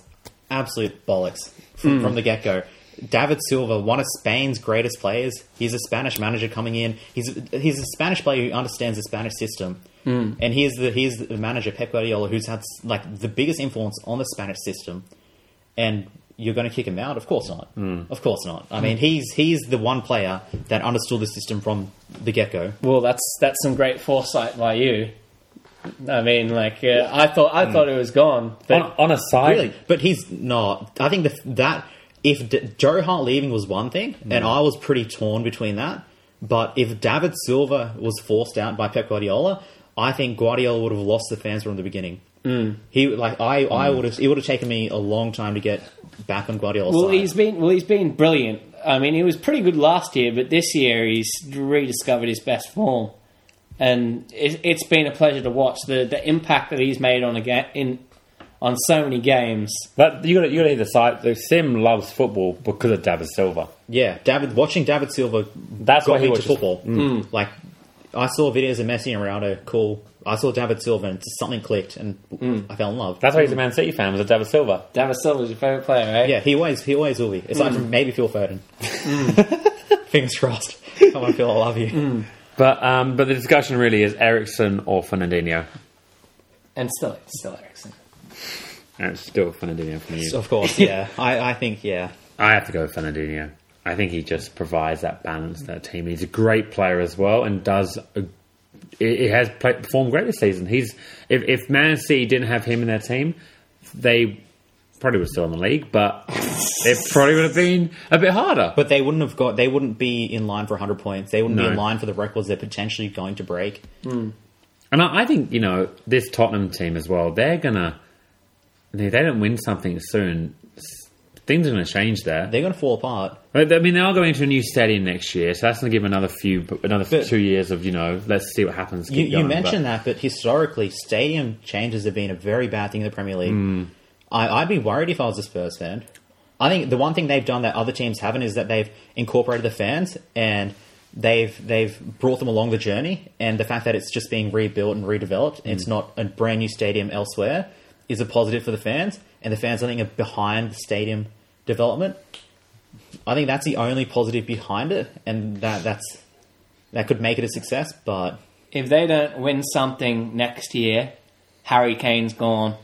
Speaker 3: absolute bollocks from, from the get go. David Silva, one of Spain's greatest players. He's a Spanish manager coming in. He's he's a Spanish player who understands the Spanish system. Mm. And he's the he's the manager Pep Guardiola who's had like the biggest influence on the Spanish system. And you're going to kick him out? Of course not. Of course not. I mean, he's he's the one player that understood the system from the get go.
Speaker 2: Well, that's that's some great foresight by you. I mean, like uh, I thought, I thought it was gone. But
Speaker 1: on, on a side,
Speaker 3: Really, but he's not. I think the, that if D- Joe Hart leaving was one thing, and I was pretty torn between that. But if David Silva was forced out by Pep Guardiola, I think Guardiola would have lost the fans from the beginning. Mm. He like I, I would have. It would have taken me a long time to get back on Guardiola's
Speaker 2: well,
Speaker 3: side.
Speaker 2: he's been well, he's been brilliant. I mean, he was pretty good last year, but this year he's rediscovered his best form, and it, it's been a pleasure to watch the the impact that he's made on a ga- in on so many games.
Speaker 1: but you got you got to hear the side. The Sim loves football because of David Silva.
Speaker 3: Yeah, David. Watching David Silva.
Speaker 1: That's
Speaker 3: got
Speaker 1: why he
Speaker 3: me
Speaker 1: watches Mm.
Speaker 3: to football. Like, I saw videos of Messi and Ronaldo. Cool. I saw David Silva, and something clicked, and I fell in love.
Speaker 1: That's why he's a Man City fan. Was of David Silva?
Speaker 2: David Silva's your favorite player, eh? right?
Speaker 3: Yeah, he always he always will be. Aside from maybe Phil Foden. [LAUGHS] Fingers crossed. Come on, Phil, I love you.
Speaker 1: But um, but the discussion really is Ericsson or Fernandinho.
Speaker 2: and still, still Ericsson.
Speaker 1: And it's still Fernandinho for me.
Speaker 3: So, Of course, yeah. I, I think yeah.
Speaker 1: I have to go with Fernandinho. I think he just provides that balance to that team. He's a great player as well, and does. A, he he has play, performed great this season. He's if, if Man City didn't have him in their team, they probably were still in the league, but it probably would have been a bit harder.
Speaker 3: But they wouldn't have got they wouldn't be in line for hundred points. They wouldn't
Speaker 1: No.
Speaker 3: be in line for the records they're potentially going to break.
Speaker 1: And I, I think you know this Tottenham team as well. They're gonna if they don't win something soon. s- Things are going to change there.
Speaker 3: They're gonna fall apart.
Speaker 1: But, I mean, they are going to a new stadium next year, so that's going to give another few, another
Speaker 3: But-
Speaker 1: two years of you know. Let's see what happens.
Speaker 3: You,
Speaker 1: keep
Speaker 3: you
Speaker 1: going,
Speaker 3: mentioned that, but historically stadium changes have been a very bad thing in the Premier League.
Speaker 1: Hmm.
Speaker 3: I, I'd be worried if I was a Spurs fan. I think the one thing they've done that other teams haven't is that they've incorporated the fans and they've they've brought them along the journey. And the fact that it's just being rebuilt and redeveloped, and
Speaker 1: Hmm.
Speaker 3: it's not a brand new stadium elsewhere, is a positive for the fans. And the fans, I think, are behind the stadium development. I think that's the only positive behind it, and that that's that could make it a success. But
Speaker 2: If they don't win something next year, Harry Kane's gone.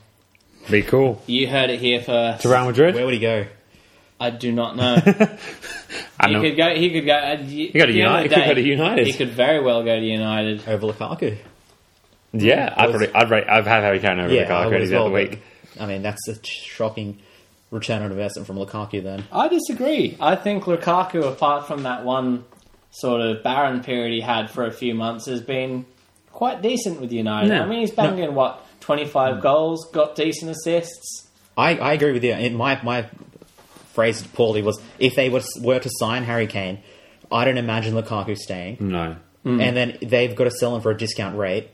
Speaker 1: but be cool
Speaker 2: You heard it here first.
Speaker 1: to Real
Speaker 3: where
Speaker 1: Madrid.
Speaker 3: would he go?
Speaker 2: I do not
Speaker 1: [LAUGHS]
Speaker 2: know.
Speaker 1: I
Speaker 2: He
Speaker 1: know.
Speaker 2: could go. He could go. Uh, he
Speaker 1: go to United- he could go to United.
Speaker 2: He could very well go to United.
Speaker 3: over Lukaku.
Speaker 1: yeah, I'd probably, I'd rate, I've had Harry Kane over yeah, Lukaku
Speaker 3: I would
Speaker 1: the
Speaker 3: as well,
Speaker 1: other
Speaker 3: but,
Speaker 1: week.
Speaker 3: I mean, that's a shocking return on investment from Lukaku. Then
Speaker 2: I disagree. I think Lukaku, apart from that one sort of barren period he had for a few months, has been quite decent with United.
Speaker 1: No,
Speaker 2: I mean, he's banging what twenty five goals, got decent assists.
Speaker 3: I, I agree with you. In my my phrase poorly was if they was, were to sign Harry Kane, I don't imagine Lukaku staying.
Speaker 1: No,
Speaker 2: Mm.
Speaker 3: And then they've got to sell him for a discount rate.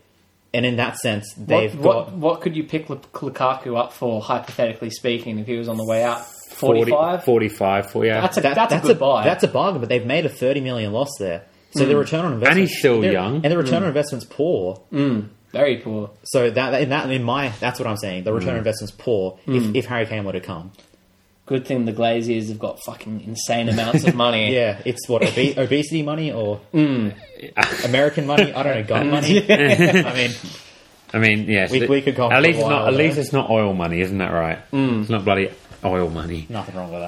Speaker 3: And in that sense,
Speaker 2: What,
Speaker 3: they've
Speaker 2: what,
Speaker 3: got
Speaker 2: what could you pick Lu- Lukaku up for, hypothetically speaking, if he was on the way out?
Speaker 1: 40,
Speaker 2: 45?
Speaker 1: 45, 40, yeah.
Speaker 2: That's a,
Speaker 3: that-
Speaker 2: that's, a good buy. Mm.
Speaker 3: That's a bargain, but they've made a thirty million loss there. So the return on investment
Speaker 1: he's still
Speaker 3: their-
Speaker 1: young.
Speaker 3: and the return on investment's poor.
Speaker 2: Very poor.
Speaker 3: So that in that in my that's what I'm saying. The
Speaker 1: Mm.
Speaker 3: return on investment's poor if, if Harry Kane were to come.
Speaker 2: Good thing the Glaziers have got fucking insane amounts of money.
Speaker 3: [LAUGHS] Yeah, it's what
Speaker 1: [LAUGHS]
Speaker 3: obe- obesity money or
Speaker 1: Mm.
Speaker 3: American money. I don't know, gun
Speaker 1: [LAUGHS]
Speaker 3: money. [LAUGHS] I mean,
Speaker 1: I mean, yeah,
Speaker 3: We- we could go on
Speaker 1: At
Speaker 3: for a
Speaker 1: least, it's
Speaker 3: while Mm.
Speaker 1: not, at
Speaker 3: there.
Speaker 1: least it's not oil money, isn't that right? It's not bloody oil money.
Speaker 3: nothing wrong with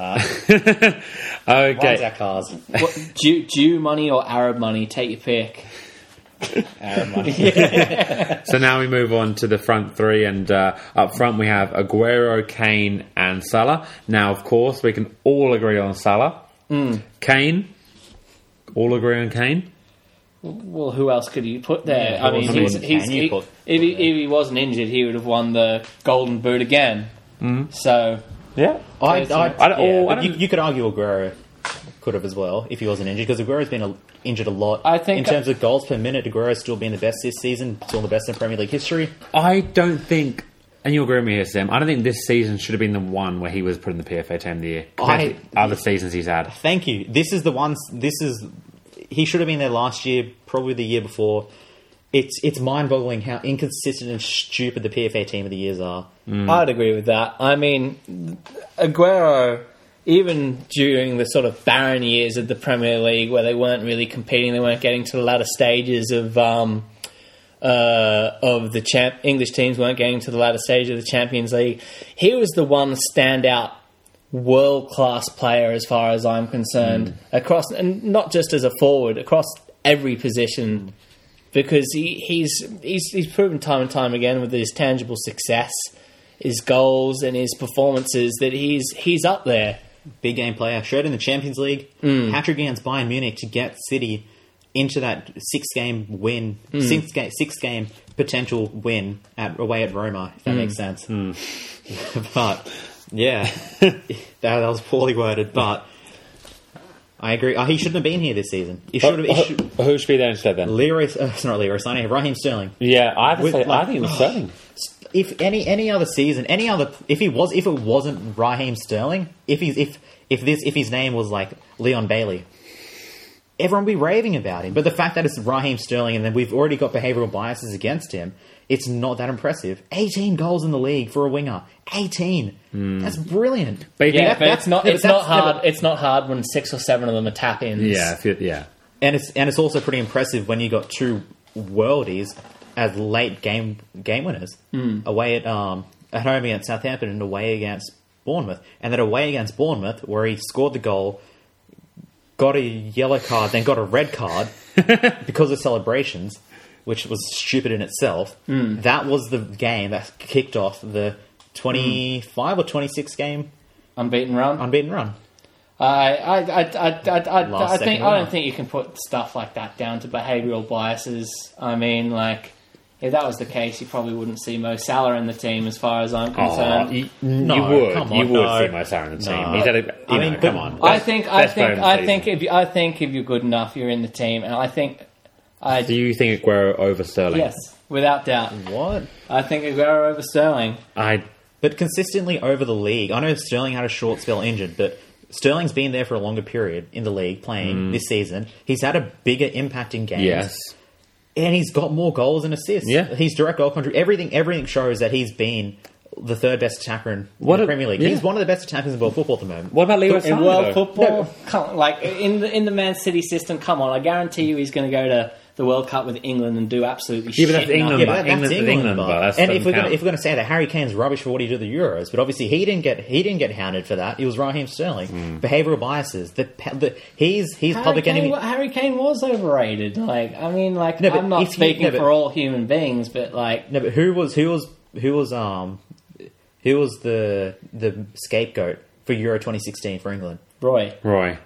Speaker 3: that. Why is
Speaker 1: [LAUGHS] Okay,
Speaker 3: our cars
Speaker 2: What, Jew, Jew money or Arab money? Take your pick.
Speaker 3: Arab money?
Speaker 1: so now we move on to the front three, and uh, up front we have Aguero, Kane, and Salah. Now, of course, we can all agree on Salah. Kane, all agree on Kane.
Speaker 2: Well, who else could you put there?
Speaker 3: Yeah,
Speaker 2: I mean,
Speaker 3: who
Speaker 2: he's,
Speaker 3: else
Speaker 2: he's,
Speaker 3: can you
Speaker 2: he-
Speaker 3: put-
Speaker 2: if, he, if he wasn't injured, he would have won the Golden Boot again.
Speaker 3: Mm-hmm.
Speaker 2: So,
Speaker 1: Yeah,
Speaker 3: I, I,
Speaker 1: I don't-
Speaker 3: yeah,
Speaker 1: oh, I
Speaker 3: but you,
Speaker 1: don't-
Speaker 3: you could argue Aguero could have as well if he wasn't injured because Aguero's been a, injured a lot.
Speaker 2: I think-
Speaker 3: in terms of goals per minute, Aguero's still been the best this season, still the best in Premier League history.
Speaker 1: I don't think, and you'll agree with me here, Sam. I don't think this season should have been the one where he was put in the PFA team of the year. compared
Speaker 3: I-
Speaker 1: to the other seasons he's had.
Speaker 3: Thank you. This is the one. This is he should have been there last year, probably the year before. It's it's mind boggling how inconsistent and stupid the PFA team of the years are.
Speaker 2: I'd agree with that. I mean, Aguero even during the sort of barren years of the Premier League, where they weren't really competing, they weren't getting to the latter stages of um, uh, of the champ- English teams weren't getting to the latter stage of the Champions League. He was the one standout world class player, as far as I'm concerned, across and not just as a forward, across every position. Because he, he's, he's he's proven time and time again with his tangible success, his goals and his performances that he's he's up there.
Speaker 3: Big game player, showed in the Champions League, hat trick against Bayern Munich to get City into that six game win, six game six game potential win at away at Roma, if that makes sense. [LAUGHS] but yeah, that, that was poorly worded, but I agree. Uh, he shouldn't have been here this season. He should have.
Speaker 1: Oh,
Speaker 3: He should,
Speaker 1: who should be there instead then?
Speaker 3: Leroy, uh, [LAUGHS] it's not Leroy Sané, Raheem Sterling.
Speaker 1: Yeah, I have to
Speaker 3: With,
Speaker 1: say, I
Speaker 3: like-
Speaker 1: think it was Sterling.
Speaker 3: If any any other season, any other, if he was, if it wasn't Raheem Sterling, if he's if if this if his name was like Leon Bailey, everyone would be raving about him. But the fact that it's Raheem Sterling and then we've already got behavioural biases against him, it's not that impressive. Eighteen goals in the league for a winger, eighteen. That's brilliant.
Speaker 1: But you
Speaker 2: Yeah,
Speaker 1: think-
Speaker 2: Hmm. but
Speaker 3: that's-
Speaker 2: it's not.
Speaker 3: yeah,
Speaker 2: It's
Speaker 3: but
Speaker 2: not
Speaker 3: that's- yeah,
Speaker 2: hard.
Speaker 3: but-
Speaker 2: it's not hard when six or seven of them are tap ins.
Speaker 1: yeah, if you- yeah.
Speaker 3: and it's and it's also pretty impressive when you got two worldies as late game game winners away at um at home against Southampton and away against Bournemouth, and then away against Bournemouth where he scored the goal, got a yellow card, then got a red card because of celebrations, which was stupid in itself. That was the game that kicked off the twenty five or twenty six game
Speaker 2: unbeaten run.
Speaker 3: unbeaten run.
Speaker 2: I, I, I, I, I, I,
Speaker 3: Last
Speaker 2: I
Speaker 3: second
Speaker 2: think I
Speaker 3: winner.
Speaker 2: don't think you can put stuff like that down to behavioural biases. I mean, like if that was the case, you probably wouldn't see Mo Salah in the team, as far as I'm
Speaker 3: Oh,
Speaker 2: concerned.
Speaker 1: you,
Speaker 3: No,
Speaker 1: would.
Speaker 3: come
Speaker 1: you
Speaker 3: on,
Speaker 1: would
Speaker 3: no.
Speaker 1: see my Salah in the team.
Speaker 3: No.
Speaker 1: He's had a, you
Speaker 3: I
Speaker 1: know,
Speaker 3: mean,
Speaker 1: come
Speaker 3: but-
Speaker 1: on.
Speaker 2: I think, I
Speaker 1: Best player
Speaker 2: think,
Speaker 1: in the
Speaker 2: I
Speaker 1: season.
Speaker 2: think, if you, I think if you're good enough, you're in the team, and I think,
Speaker 1: Do
Speaker 2: I
Speaker 1: you think Aguero over Sterling?
Speaker 2: yes, without doubt,
Speaker 3: What?
Speaker 2: I think Aguero over Sterling.
Speaker 1: I
Speaker 3: But consistently over the league, I know Sterling had a short spell injured, but Sterling's been there for a longer period in the league playing this season. He's had a bigger impact in games,
Speaker 1: Mm. yes.
Speaker 3: and he's got more goals and assists.
Speaker 1: Yeah.
Speaker 3: he's direct goal country. Everything, everything shows that he's been the third best attacker in
Speaker 1: What
Speaker 3: the
Speaker 1: a-
Speaker 3: Premier League.
Speaker 1: yeah.
Speaker 3: He's one of the best attackers in world football at the moment.
Speaker 1: What about Leroy
Speaker 2: in
Speaker 1: Salah?
Speaker 2: world
Speaker 1: though?
Speaker 2: football, come on, like in the in the Man City system, come on! I guarantee you, he's going to go to the World Cup with England and do absolutely
Speaker 1: Yeah, but
Speaker 2: shit.
Speaker 1: that's
Speaker 2: nothing.
Speaker 1: England,
Speaker 3: Yeah,
Speaker 1: but
Speaker 3: but that's
Speaker 1: England-
Speaker 3: England,
Speaker 1: England,
Speaker 3: but-
Speaker 1: but that's
Speaker 3: and if
Speaker 1: doesn't
Speaker 3: we're gonna,
Speaker 1: count.
Speaker 3: if we're going to say that Harry Kane's rubbish for what he did at the Euros, but obviously he didn't get he didn't get hounded for that. It was Raheem Sterling.
Speaker 1: Mm.
Speaker 3: Behavioral biases. The, pe- the he's he's
Speaker 2: Harry
Speaker 3: public
Speaker 2: Kane,
Speaker 3: enemy.
Speaker 2: wa- Harry Kane was overrated. Like, I mean, like
Speaker 3: No, but
Speaker 2: I'm not
Speaker 3: if you-
Speaker 2: speaking
Speaker 3: no, but-
Speaker 2: for all human beings, but like,
Speaker 3: No, but who was who was who was um who was the the scapegoat for Euro 2016 for England?
Speaker 2: Roy,
Speaker 1: Roy.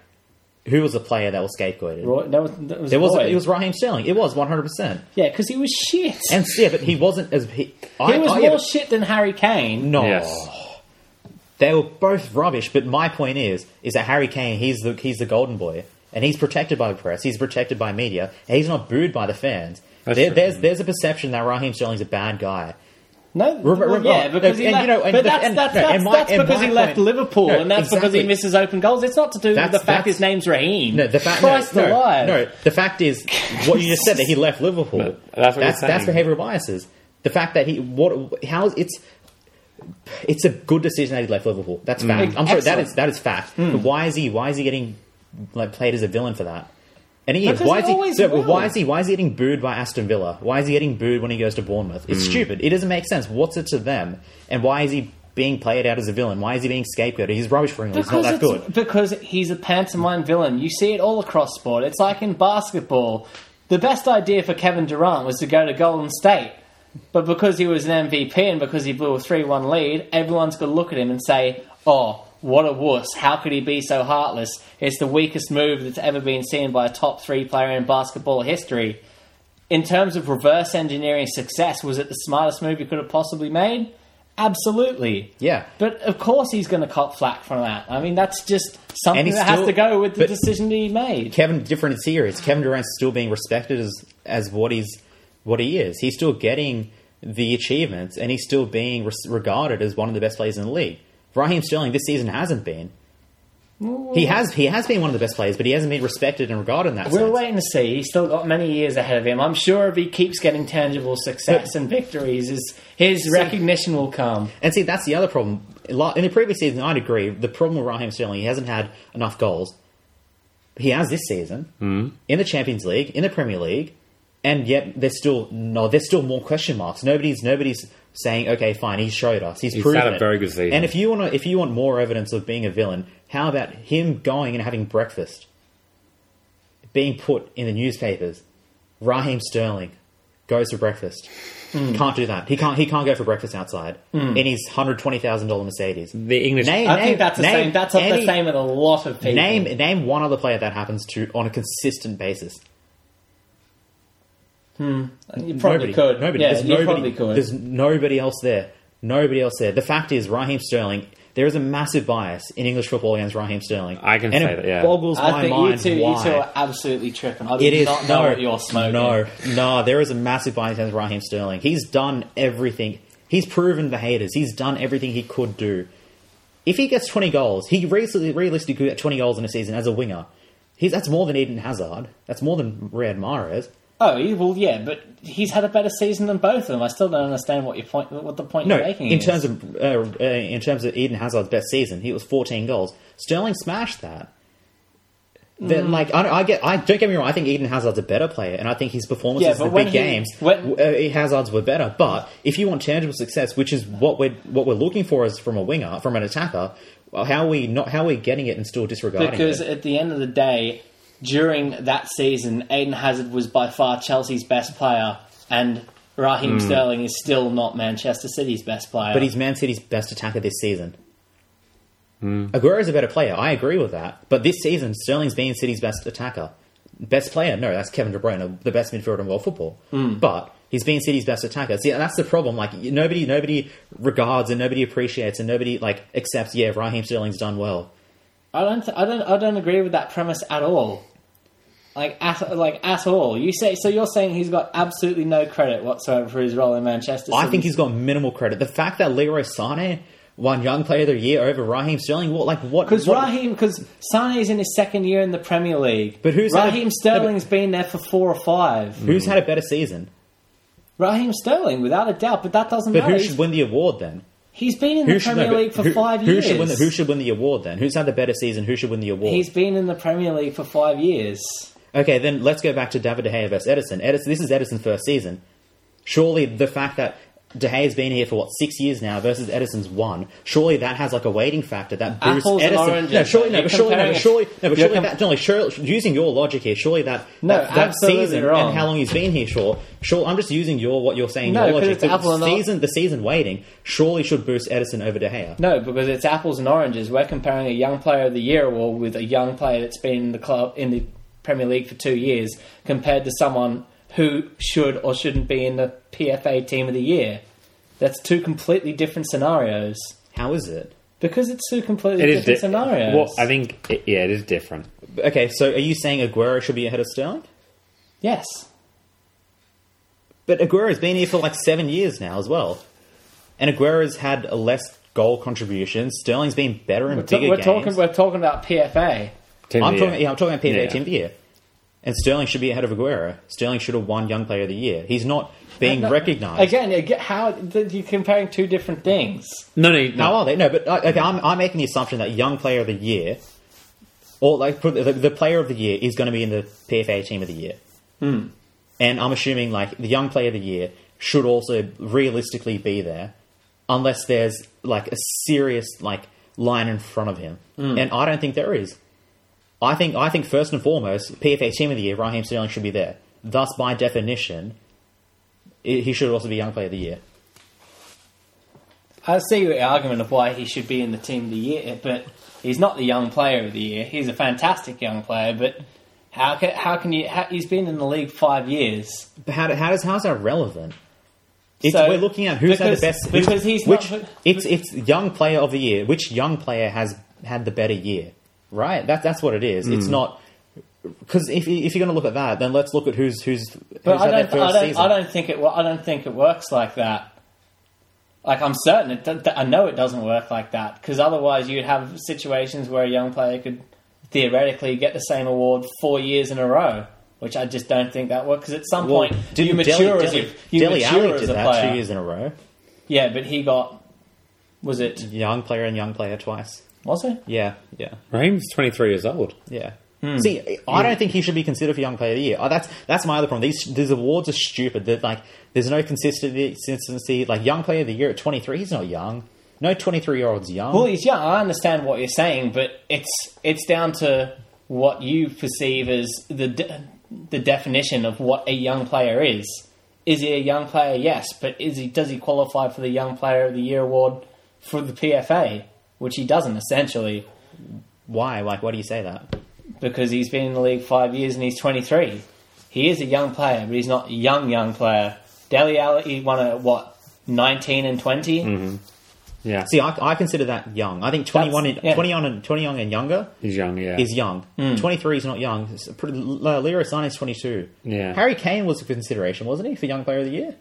Speaker 3: Who was the player that was scapegoated?
Speaker 2: Roy, that was, that was
Speaker 3: It was
Speaker 2: Roy.
Speaker 3: it was Raheem Sterling. It was 100. percent
Speaker 2: yeah, because he was shit.
Speaker 3: And yeah, but he wasn't as he.
Speaker 2: he was
Speaker 3: yeah,
Speaker 2: more
Speaker 3: but-
Speaker 2: shit than Harry Kane.
Speaker 3: no.
Speaker 1: Yes.
Speaker 3: They were both rubbish. But my point is, is that Harry Kane he's the he's the golden boy, and he's protected by the press. He's protected by media. And he's not booed by the fans.
Speaker 1: That's
Speaker 3: There,
Speaker 1: true.
Speaker 3: there's there's a perception that Raheem Sterling's a bad guy.
Speaker 2: No,
Speaker 3: Remember-
Speaker 2: well,
Speaker 3: remember-
Speaker 2: yeah, because he
Speaker 3: and,
Speaker 2: left,
Speaker 3: you know, and
Speaker 2: but
Speaker 3: the-
Speaker 2: that's
Speaker 3: and-
Speaker 2: that's,
Speaker 3: no,
Speaker 2: that's,
Speaker 3: and my-
Speaker 2: that's
Speaker 3: and
Speaker 2: because
Speaker 3: my
Speaker 2: he left
Speaker 3: point-
Speaker 2: Liverpool,
Speaker 3: No,
Speaker 2: and that's because he
Speaker 3: exactly.
Speaker 2: misses open goals. It's not to do with the
Speaker 3: That's-
Speaker 2: fact
Speaker 3: that's-
Speaker 2: his name's Raheem.
Speaker 3: No, the fact
Speaker 2: Christ
Speaker 3: no,
Speaker 2: alive.
Speaker 3: No, no, the fact is what you just said that he left Liverpool.
Speaker 1: No, that's what
Speaker 3: that's,
Speaker 1: you're saying.
Speaker 3: that's behavioral biases. The fact that he what how is it's it's a good decision that he left Liverpool. That's
Speaker 1: Mm.
Speaker 3: fact. I'm sorry, that
Speaker 2: Excellent. Mm.
Speaker 3: is that is fact. But why is he why is he getting like played as a villain for that? And he is.
Speaker 2: Because
Speaker 3: Why
Speaker 2: he
Speaker 3: is he,
Speaker 2: always
Speaker 3: so,
Speaker 2: will.
Speaker 3: why is he why is he getting booed by Aston Villa? Why is he getting booed when he goes to Bournemouth?
Speaker 1: Mm.
Speaker 3: It's stupid. It doesn't make sense. What's it to them? And why is he being played out as a villain? Why is he being scapegoated? He's rubbish for England. He's not that
Speaker 2: it's-
Speaker 3: good.
Speaker 2: Because he's a pantomime villain. You see it all across sport. It's like in basketball. The best idea for Kevin Durant was to go to Golden State. But because he was an MVP and because he blew a 3 1 lead, everyone's going to look at him and say, oh, what a wuss. How could he be so heartless? It's the weakest move that's ever been seen by a top three player in basketball history. In terms of reverse engineering success, was it the smartest move you could have possibly made? Absolutely.
Speaker 3: Yeah.
Speaker 2: But of course he's going to cop flack from that. I mean, that's just something
Speaker 3: And
Speaker 2: that
Speaker 3: he's
Speaker 2: has
Speaker 3: still-
Speaker 2: to go with the
Speaker 3: but-
Speaker 2: decision that he made.
Speaker 3: Kevin different is here. It's Kevin Durant's still being respected as as what he's what he is. He's still getting the achievements, and he's still being res- regarded as one of the best players in the league. Raheem Sterling this season hasn't been. He has he has been one of the best players, but he hasn't been respected and regarded in that
Speaker 2: We're
Speaker 3: sense.
Speaker 2: waiting to see. He's still got many years ahead of him. I'm sure if he keeps getting tangible success and victories, his, his recognition will come.
Speaker 3: And see, that's the other problem. la- in the previous season, I'd agree. The problem with Raheem Sterling, he hasn't had enough goals. He has this season
Speaker 1: Hmm.
Speaker 3: in the Champions League, in the Premier League, and yet there's still no, there's still more question marks. Nobody's nobody's saying, okay, fine, he showed us, he's, proven
Speaker 1: had a
Speaker 3: it.
Speaker 1: very good season.
Speaker 3: And if you want to, if you want more evidence of being a villain, how about him going and having breakfast, being put in the newspapers? Raheem Sterling goes for breakfast.
Speaker 2: Hmm.
Speaker 3: Can't do that. He can't. He can't go for breakfast outside in his hundred twenty thousand dollar Mercedes.
Speaker 1: The English.
Speaker 3: Name-
Speaker 2: I think that's the
Speaker 3: name
Speaker 2: same. That's up
Speaker 3: any-
Speaker 2: the same with a lot of people.
Speaker 3: Name name one other player that happens to on a consistent basis.
Speaker 2: you probably
Speaker 3: nobody
Speaker 2: could.
Speaker 3: Nobody.
Speaker 2: yeah,
Speaker 3: there's
Speaker 2: you
Speaker 3: nobody.
Speaker 2: probably could.
Speaker 3: There's nobody else there. Nobody else there. The fact is, Raheem Sterling. There is a massive bias in English football against Raheem Sterling.
Speaker 1: I can
Speaker 3: and
Speaker 1: say
Speaker 3: it
Speaker 1: that, yeah.
Speaker 3: boggles my
Speaker 2: I think you
Speaker 3: mind
Speaker 2: two,
Speaker 3: why.
Speaker 2: you two are absolutely tripping. I do
Speaker 3: It is
Speaker 2: not know
Speaker 3: no,
Speaker 2: what you're smoking.
Speaker 3: No, no, there is a massive bias against Raheem Sterling. He's done everything. He's proven the haters. He's done everything he could do. If he gets twenty goals, he realistically, realistically could get twenty goals in a season as a winger. He's, that's more than Eden Hazard. That's more than Riyad Mahrez.
Speaker 2: Oh, he- well, yeah, but he's had a better season than both of them. I still don't understand what your point. What the point
Speaker 3: No,
Speaker 2: you're making
Speaker 3: in
Speaker 2: is.
Speaker 3: terms of uh, uh, in terms of Eden Hazard's best season, he was fourteen goals. Sterling smashed that.
Speaker 2: Mm.
Speaker 3: That like I, don't- I get I don't get me wrong. I think Eden Hazard's a better player, and I think his performances
Speaker 2: Yeah, but
Speaker 3: in the
Speaker 2: when
Speaker 3: big
Speaker 2: he-
Speaker 3: games
Speaker 2: when-
Speaker 3: uh, Hazard's were better. But if you want tangible success, which is what we're what we're looking for is from a winger, from an attacker, well, how are we not how are we getting it and still disregarding
Speaker 2: because
Speaker 3: it?
Speaker 2: at the end of the day, during that season, Aiden Hazard was by far Chelsea's best player, and Raheem Sterling is still not Manchester City's best player.
Speaker 3: Hmm. But he's Man City's best attacker this season. Aguero's a better player. I agree with that. But this season, Sterling's been City's best attacker. Best player? No, that's Kevin De Bruyne, the best midfielder in world football.
Speaker 2: Hmm.
Speaker 3: But he's been City's best attacker. See, that's the problem. Like nobody, nobody regards and nobody appreciates and nobody like accepts. Yeah, Raheem Sterling's done well.
Speaker 2: I don't, I don't, I don't agree with that premise at all. Like at like at all. You say so. You're saying he's got absolutely no credit whatsoever for his role in Manchester.
Speaker 3: I
Speaker 2: City.
Speaker 3: think he's got minimal credit. The fact that Leroy Sané won Young Player of the Year over Raheem Sterling, what like what?
Speaker 2: Because
Speaker 3: what-
Speaker 2: Raheem, because Sane's in his second year in the Premier League.
Speaker 3: But who's had a-
Speaker 2: Raheem Sterling's been there for four or five.
Speaker 3: Who's had a better season?
Speaker 2: Raheem Sterling, without a doubt, but that doesn't
Speaker 3: But
Speaker 2: matter.
Speaker 3: who should win the award then?
Speaker 2: He's been in
Speaker 3: Who
Speaker 2: the
Speaker 3: should-
Speaker 2: Premier
Speaker 3: no, but
Speaker 2: League for
Speaker 3: who-
Speaker 2: five
Speaker 3: who
Speaker 2: years.
Speaker 3: Should win the, who should win the award then? Who's had the better season? Who should win the award?
Speaker 2: He's been in the Premier League for five years.
Speaker 3: Okay, then let's go back to David De Gea versus Edison. Edison. This is Edison's first season. Surely the fact that De Gea's been here for what six years now versus Edison's one. Surely that has like a weighting factor that boosts
Speaker 2: Apples and
Speaker 3: Edison.
Speaker 2: oranges.
Speaker 3: No, surely no,
Speaker 2: You're
Speaker 3: but surely no,
Speaker 2: comparing
Speaker 3: but
Speaker 2: it-
Speaker 3: surely no, but
Speaker 2: you're
Speaker 3: surely
Speaker 2: com-
Speaker 3: that. No, like, surely, using your logic here, surely that
Speaker 2: No,
Speaker 3: that, that
Speaker 2: absolutely
Speaker 3: season
Speaker 2: wrong.
Speaker 3: and how long he's been here. Sure, sure. I'm just using your what you're saying.
Speaker 2: No, 'cause
Speaker 3: your logic.
Speaker 2: it's
Speaker 3: The
Speaker 2: apple and or-
Speaker 3: season, the season weighting surely should boost Edison over De Gea.
Speaker 2: No, because it's apples and oranges. We're comparing a young player of the year award with a young player that's been in the club in the Premier League for two years, compared to someone who should or shouldn't be in the PFA Team of the Year. That's two completely different scenarios.
Speaker 3: How is it?
Speaker 2: Because it's two completely
Speaker 1: It is
Speaker 2: different
Speaker 1: di-
Speaker 2: scenarios.
Speaker 1: Well, I think it, yeah, it is different.
Speaker 3: Okay, so are you saying Aguero should be ahead of Sterling?
Speaker 2: yes.
Speaker 3: But Aguero's been here for like seven years now as well. And Aguero's had a less goal contribution. Sterling's been better in bigger
Speaker 2: we're
Speaker 3: games.
Speaker 2: talking. We're talking about PFA.
Speaker 1: Team of
Speaker 3: I'm
Speaker 1: the
Speaker 3: talking,
Speaker 1: year.
Speaker 3: yeah, I'm talking about PFA
Speaker 1: Yeah.
Speaker 3: Team of the Year. And Sterling should be ahead of Aguero. Sterling should have won Young Player of the Year. He's not being recognised.
Speaker 2: Again, you get- how th- you're comparing two different things.
Speaker 1: No, no, no.
Speaker 3: How are they? No, but uh, okay, I'm, I'm making the assumption that Young Player of the Year, or like put- the, the Player of the Year, is going to be in the PFA Team of the Year. And I'm assuming like the Young Player of the Year should also realistically be there, unless there's like a serious like line in front of him, and I don't think there is. I think I think first and foremost, PFA Team of the Year, Raheem Sterling should be there. Thus, by definition, i he should also be Young Player of the Year.
Speaker 2: I see your argument of why he should be in the team of the year, but he's not the young player of the year. He's a fantastic young player, but how can how can you? How, he's been in the league five years.
Speaker 3: But how, how does how's that relevant? It's,
Speaker 2: So-
Speaker 3: we're looking at who's had
Speaker 2: because-
Speaker 3: the best. who's-
Speaker 2: because he's
Speaker 3: which,
Speaker 2: not-
Speaker 3: it's it's young player of the year. Which young player has had the better year? Right. That that's what it is.
Speaker 2: Hmm.
Speaker 3: It's not because if you- if you're going to look at that, then let's look at who's who's.
Speaker 2: But
Speaker 3: who's
Speaker 2: I
Speaker 3: had their
Speaker 2: don't, I
Speaker 3: first
Speaker 2: don't,
Speaker 3: season.
Speaker 2: I don't think it. wo- I don't think it works like that. Like I'm certain it. do- I know it doesn't work like that because otherwise you'd have situations where a young player could theoretically get the same award four years in a row, which I just don't think that works. Because at some
Speaker 3: Well,
Speaker 2: point you
Speaker 3: didn't
Speaker 2: mature
Speaker 3: Dele-
Speaker 2: as
Speaker 3: Dele-
Speaker 2: a you
Speaker 3: Dele Alli
Speaker 2: mature as
Speaker 3: did
Speaker 2: a
Speaker 3: that
Speaker 2: player.
Speaker 3: two years in a row.
Speaker 2: Yeah, but he got Was it?
Speaker 3: Young player and young player twice.
Speaker 2: Was it?
Speaker 3: Yeah, yeah,
Speaker 1: Raheem's 23 years old.
Speaker 3: yeah.
Speaker 2: Hmm.
Speaker 3: See, I don't think he should be considered for young player of the year. Oh, that's that's my other problem. These these awards are stupid. That like there's no consistency. consistency. Like young player of the year at 23, he's not young. No 23 year old's young.
Speaker 2: Well, he's young. I understand what you're saying, but it's it's down to what you perceive as the de- the definition of what a young player is. Is he a young player? Yes, but is he does he qualify for the Young Player of the Year award for the PFA, which he doesn't essentially
Speaker 3: Why? Like, why do you say that?
Speaker 2: because he's been in the league five years and he's 23. He is a young player, but he's not a young young player. Deli Ali won at what 19 and 20.
Speaker 1: Yeah.
Speaker 3: See, I, I consider that young. I think 21 and,
Speaker 2: That's- yeah. Hmm.
Speaker 3: 21 and 20 young and younger
Speaker 1: He's young, yeah.
Speaker 3: is young. 23 is not young. It's pretty- uh, Leroy Sané is 22.
Speaker 1: Yeah.
Speaker 3: Harry Kane was a consideration, wasn't he, for young player of the year?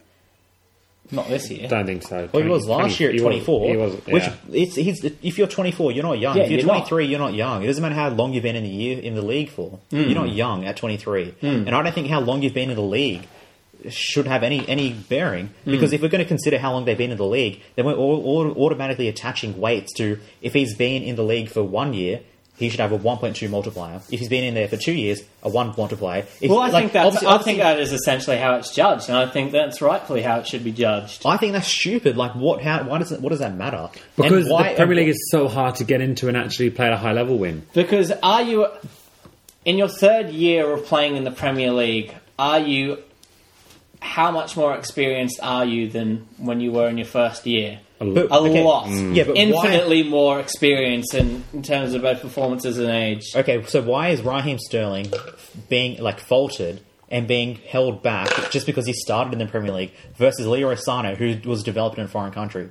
Speaker 2: Not this year.
Speaker 1: don't think so.
Speaker 3: Well, he was last year at 24.
Speaker 1: He was, yeah.
Speaker 3: Which it's, he's, if you're 24, you're not young.
Speaker 2: Yeah,
Speaker 3: if you're,
Speaker 2: you're not.
Speaker 3: 23, you're not young. It doesn't matter how long you've been in the year in the league for.
Speaker 2: Hmm.
Speaker 3: You're not young at 23, and I don't think how long you've been in the league should have any any bearing
Speaker 2: Hmm.
Speaker 3: because if we're going to consider how long they've been in the league, then we're all, all automatically attaching weights to if he's been in the league for one year. He should have a 1.2 multiplier. If he's been in there for two years, a 1 multiplier. If-
Speaker 2: Well, I
Speaker 3: like,
Speaker 2: think that's,
Speaker 3: obviously-
Speaker 2: I
Speaker 3: obviously-
Speaker 2: think that is essentially how it's judged, and I think that's rightfully how it should be judged.
Speaker 3: I think that's stupid. Like, what? How? Why does it? What does that matter? And
Speaker 1: because
Speaker 3: why-
Speaker 1: the Premier League is so hard to get into and actually play at a high level win.
Speaker 2: Because are you in your third year of playing in the Premier League? Are you how much more experienced are you than when you were in your first year?
Speaker 1: A lot. Mm.
Speaker 2: A
Speaker 3: Okay. Mm.
Speaker 2: lot,
Speaker 3: Yeah, but why-
Speaker 2: infinitely more experience in, in terms of both performances and age.
Speaker 3: Okay, so why is Raheem Sterling being like faltered and being held back just because he started in the Premier League versus Leroy Sano, who was developed in a foreign country?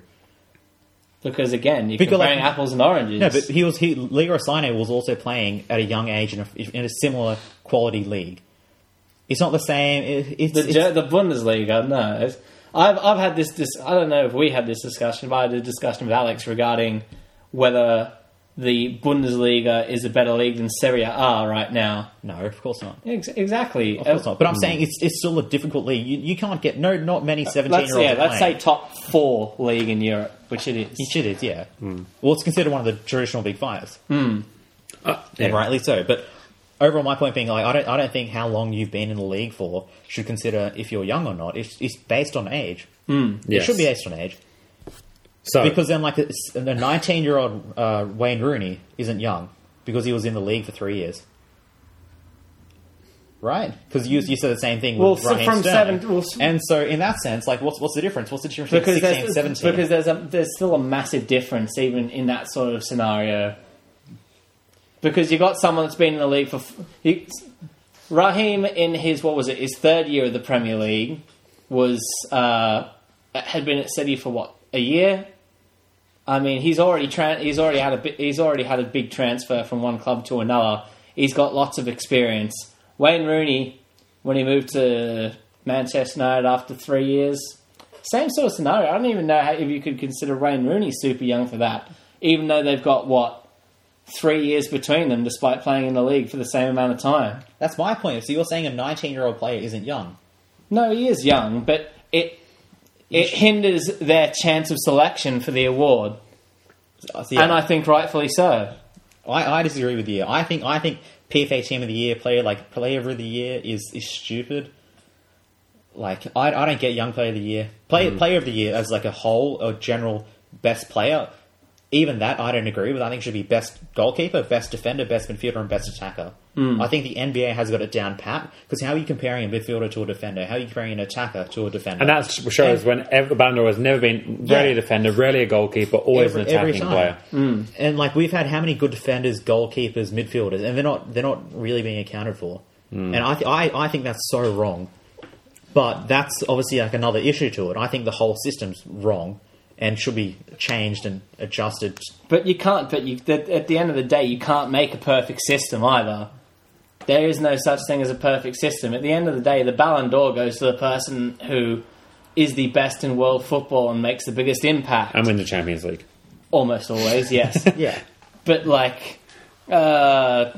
Speaker 2: Because again, you're
Speaker 3: Because, like-
Speaker 2: comparing apples and oranges.
Speaker 3: No, but he was he Leroy Sano was also playing at a young age in a, in a similar quality league. It's not the same. It, it's,
Speaker 2: the
Speaker 3: it's-
Speaker 2: Ger- the Bundesliga, no. It's, I've I've had this, this. I don't know if we had this discussion, but I had a discussion with Alex regarding whether the Bundesliga is a better league than Serie A right now.
Speaker 3: no, of course not.
Speaker 2: Ex- exactly.
Speaker 3: Of course not. But I'm saying it's it's still a difficult league. You, you can't get no not many seventeen
Speaker 2: Mm. Uh, Let's
Speaker 3: year olds.
Speaker 2: yeah, let's say top four league in Europe, which it is.
Speaker 3: It is, yeah.
Speaker 2: Mm.
Speaker 3: Well, it's considered one of the traditional big fives.
Speaker 1: Uh,
Speaker 3: and rightly so. But overall, my point being, like, I don't, I don't think how long you've been in the league for should consider if you're young or not. It's, it's based on age. It
Speaker 1: yes.
Speaker 3: should be based on age
Speaker 1: So,
Speaker 3: because then, like, it's- a 19 year old uh, Wayne Rooney isn't young because he was in the league for three years. Right, because you, you said the same thing.
Speaker 2: Well,
Speaker 3: with
Speaker 2: so
Speaker 3: Raheem
Speaker 2: from
Speaker 3: Sterling.
Speaker 2: seven- well, s-
Speaker 3: and so in that sense, like, what's what's the difference? What's the difference between
Speaker 2: because
Speaker 3: 16
Speaker 2: there's,
Speaker 3: 17?
Speaker 2: because there's a there's still a massive difference even in that sort of scenario. Because you got someone that's been in the league for f- you, Raheem in his what was it his third year of the Premier League was uh, had been at City for what a year. I mean, he's already tran he's already had a bi- he's already had a big transfer from one club to another. He's got lots of experience. Wayne Rooney, when he moved to Manchester United after three years, same sort of scenario. I don't even know how, if you could consider Wayne Rooney super young for that, even though they've got what three years between them, despite playing in the league for the same amount of time.
Speaker 3: That's my point. So you're saying a 19 year old player isn't young?
Speaker 2: No, he is young, but it it hinders their chance of selection for the award,
Speaker 3: So, yeah.
Speaker 2: and I think rightfully so.
Speaker 3: I, I disagree with you. I think I think PFA Team of the Year player like Player of the Year is is stupid. Like I, I don't get Young Player of the Year. Player Player of the Year as like a whole or general best player. Even that I don't agree with. I think it should be best goalkeeper, best defender, best midfielder, and best attacker. I think the NBA has got it down pat because how are you comparing a midfielder to a defender? How are you comparing an attacker to a defender?
Speaker 1: and that shows when ev- the Ballon d'Or has never been rarely a
Speaker 3: Yeah.
Speaker 1: defender, rarely a goalkeeper, always an attacking player.
Speaker 3: Mm. And like we've had how many good defenders, goalkeepers, midfielders, and they're not they're not really being accounted for.
Speaker 1: Mm.
Speaker 3: And I, th- I I think that's so wrong. But that's obviously like another issue to it. I think the whole system's wrong and should be changed and adjusted.
Speaker 2: But you can't. But you, that at the end of the day, you can't make a perfect system either. There is no such thing as a perfect system. At the end of the day, the Ballon d'Or goes to the person who is the best in world football and makes the biggest impact.
Speaker 1: And win the Champions League.
Speaker 2: Almost always, yes.
Speaker 3: [LAUGHS] Yeah.
Speaker 2: but like, uh,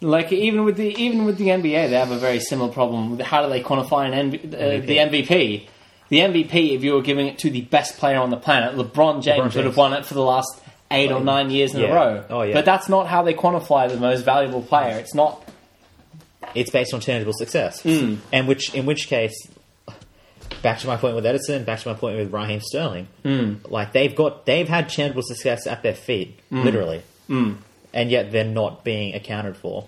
Speaker 2: like even with the even with the NBA, they have a very similar problem. How do they quantify an NB, uh, the MVP? the MVP, if you were giving it to the best player on the planet, LeBron James,
Speaker 3: James. Oh,
Speaker 2: would have won it for the last eight or nine years in a
Speaker 3: yeah.
Speaker 2: row.
Speaker 3: Oh, yeah.
Speaker 2: But that's not how they quantify the most valuable player. It's not.
Speaker 3: it's based on tangible success. And which, in which case, back to my point with Edison, back to my point with Raheem Sterling. Like they've got, they've had tangible success at their feet, literally, and yet they're not being accounted for.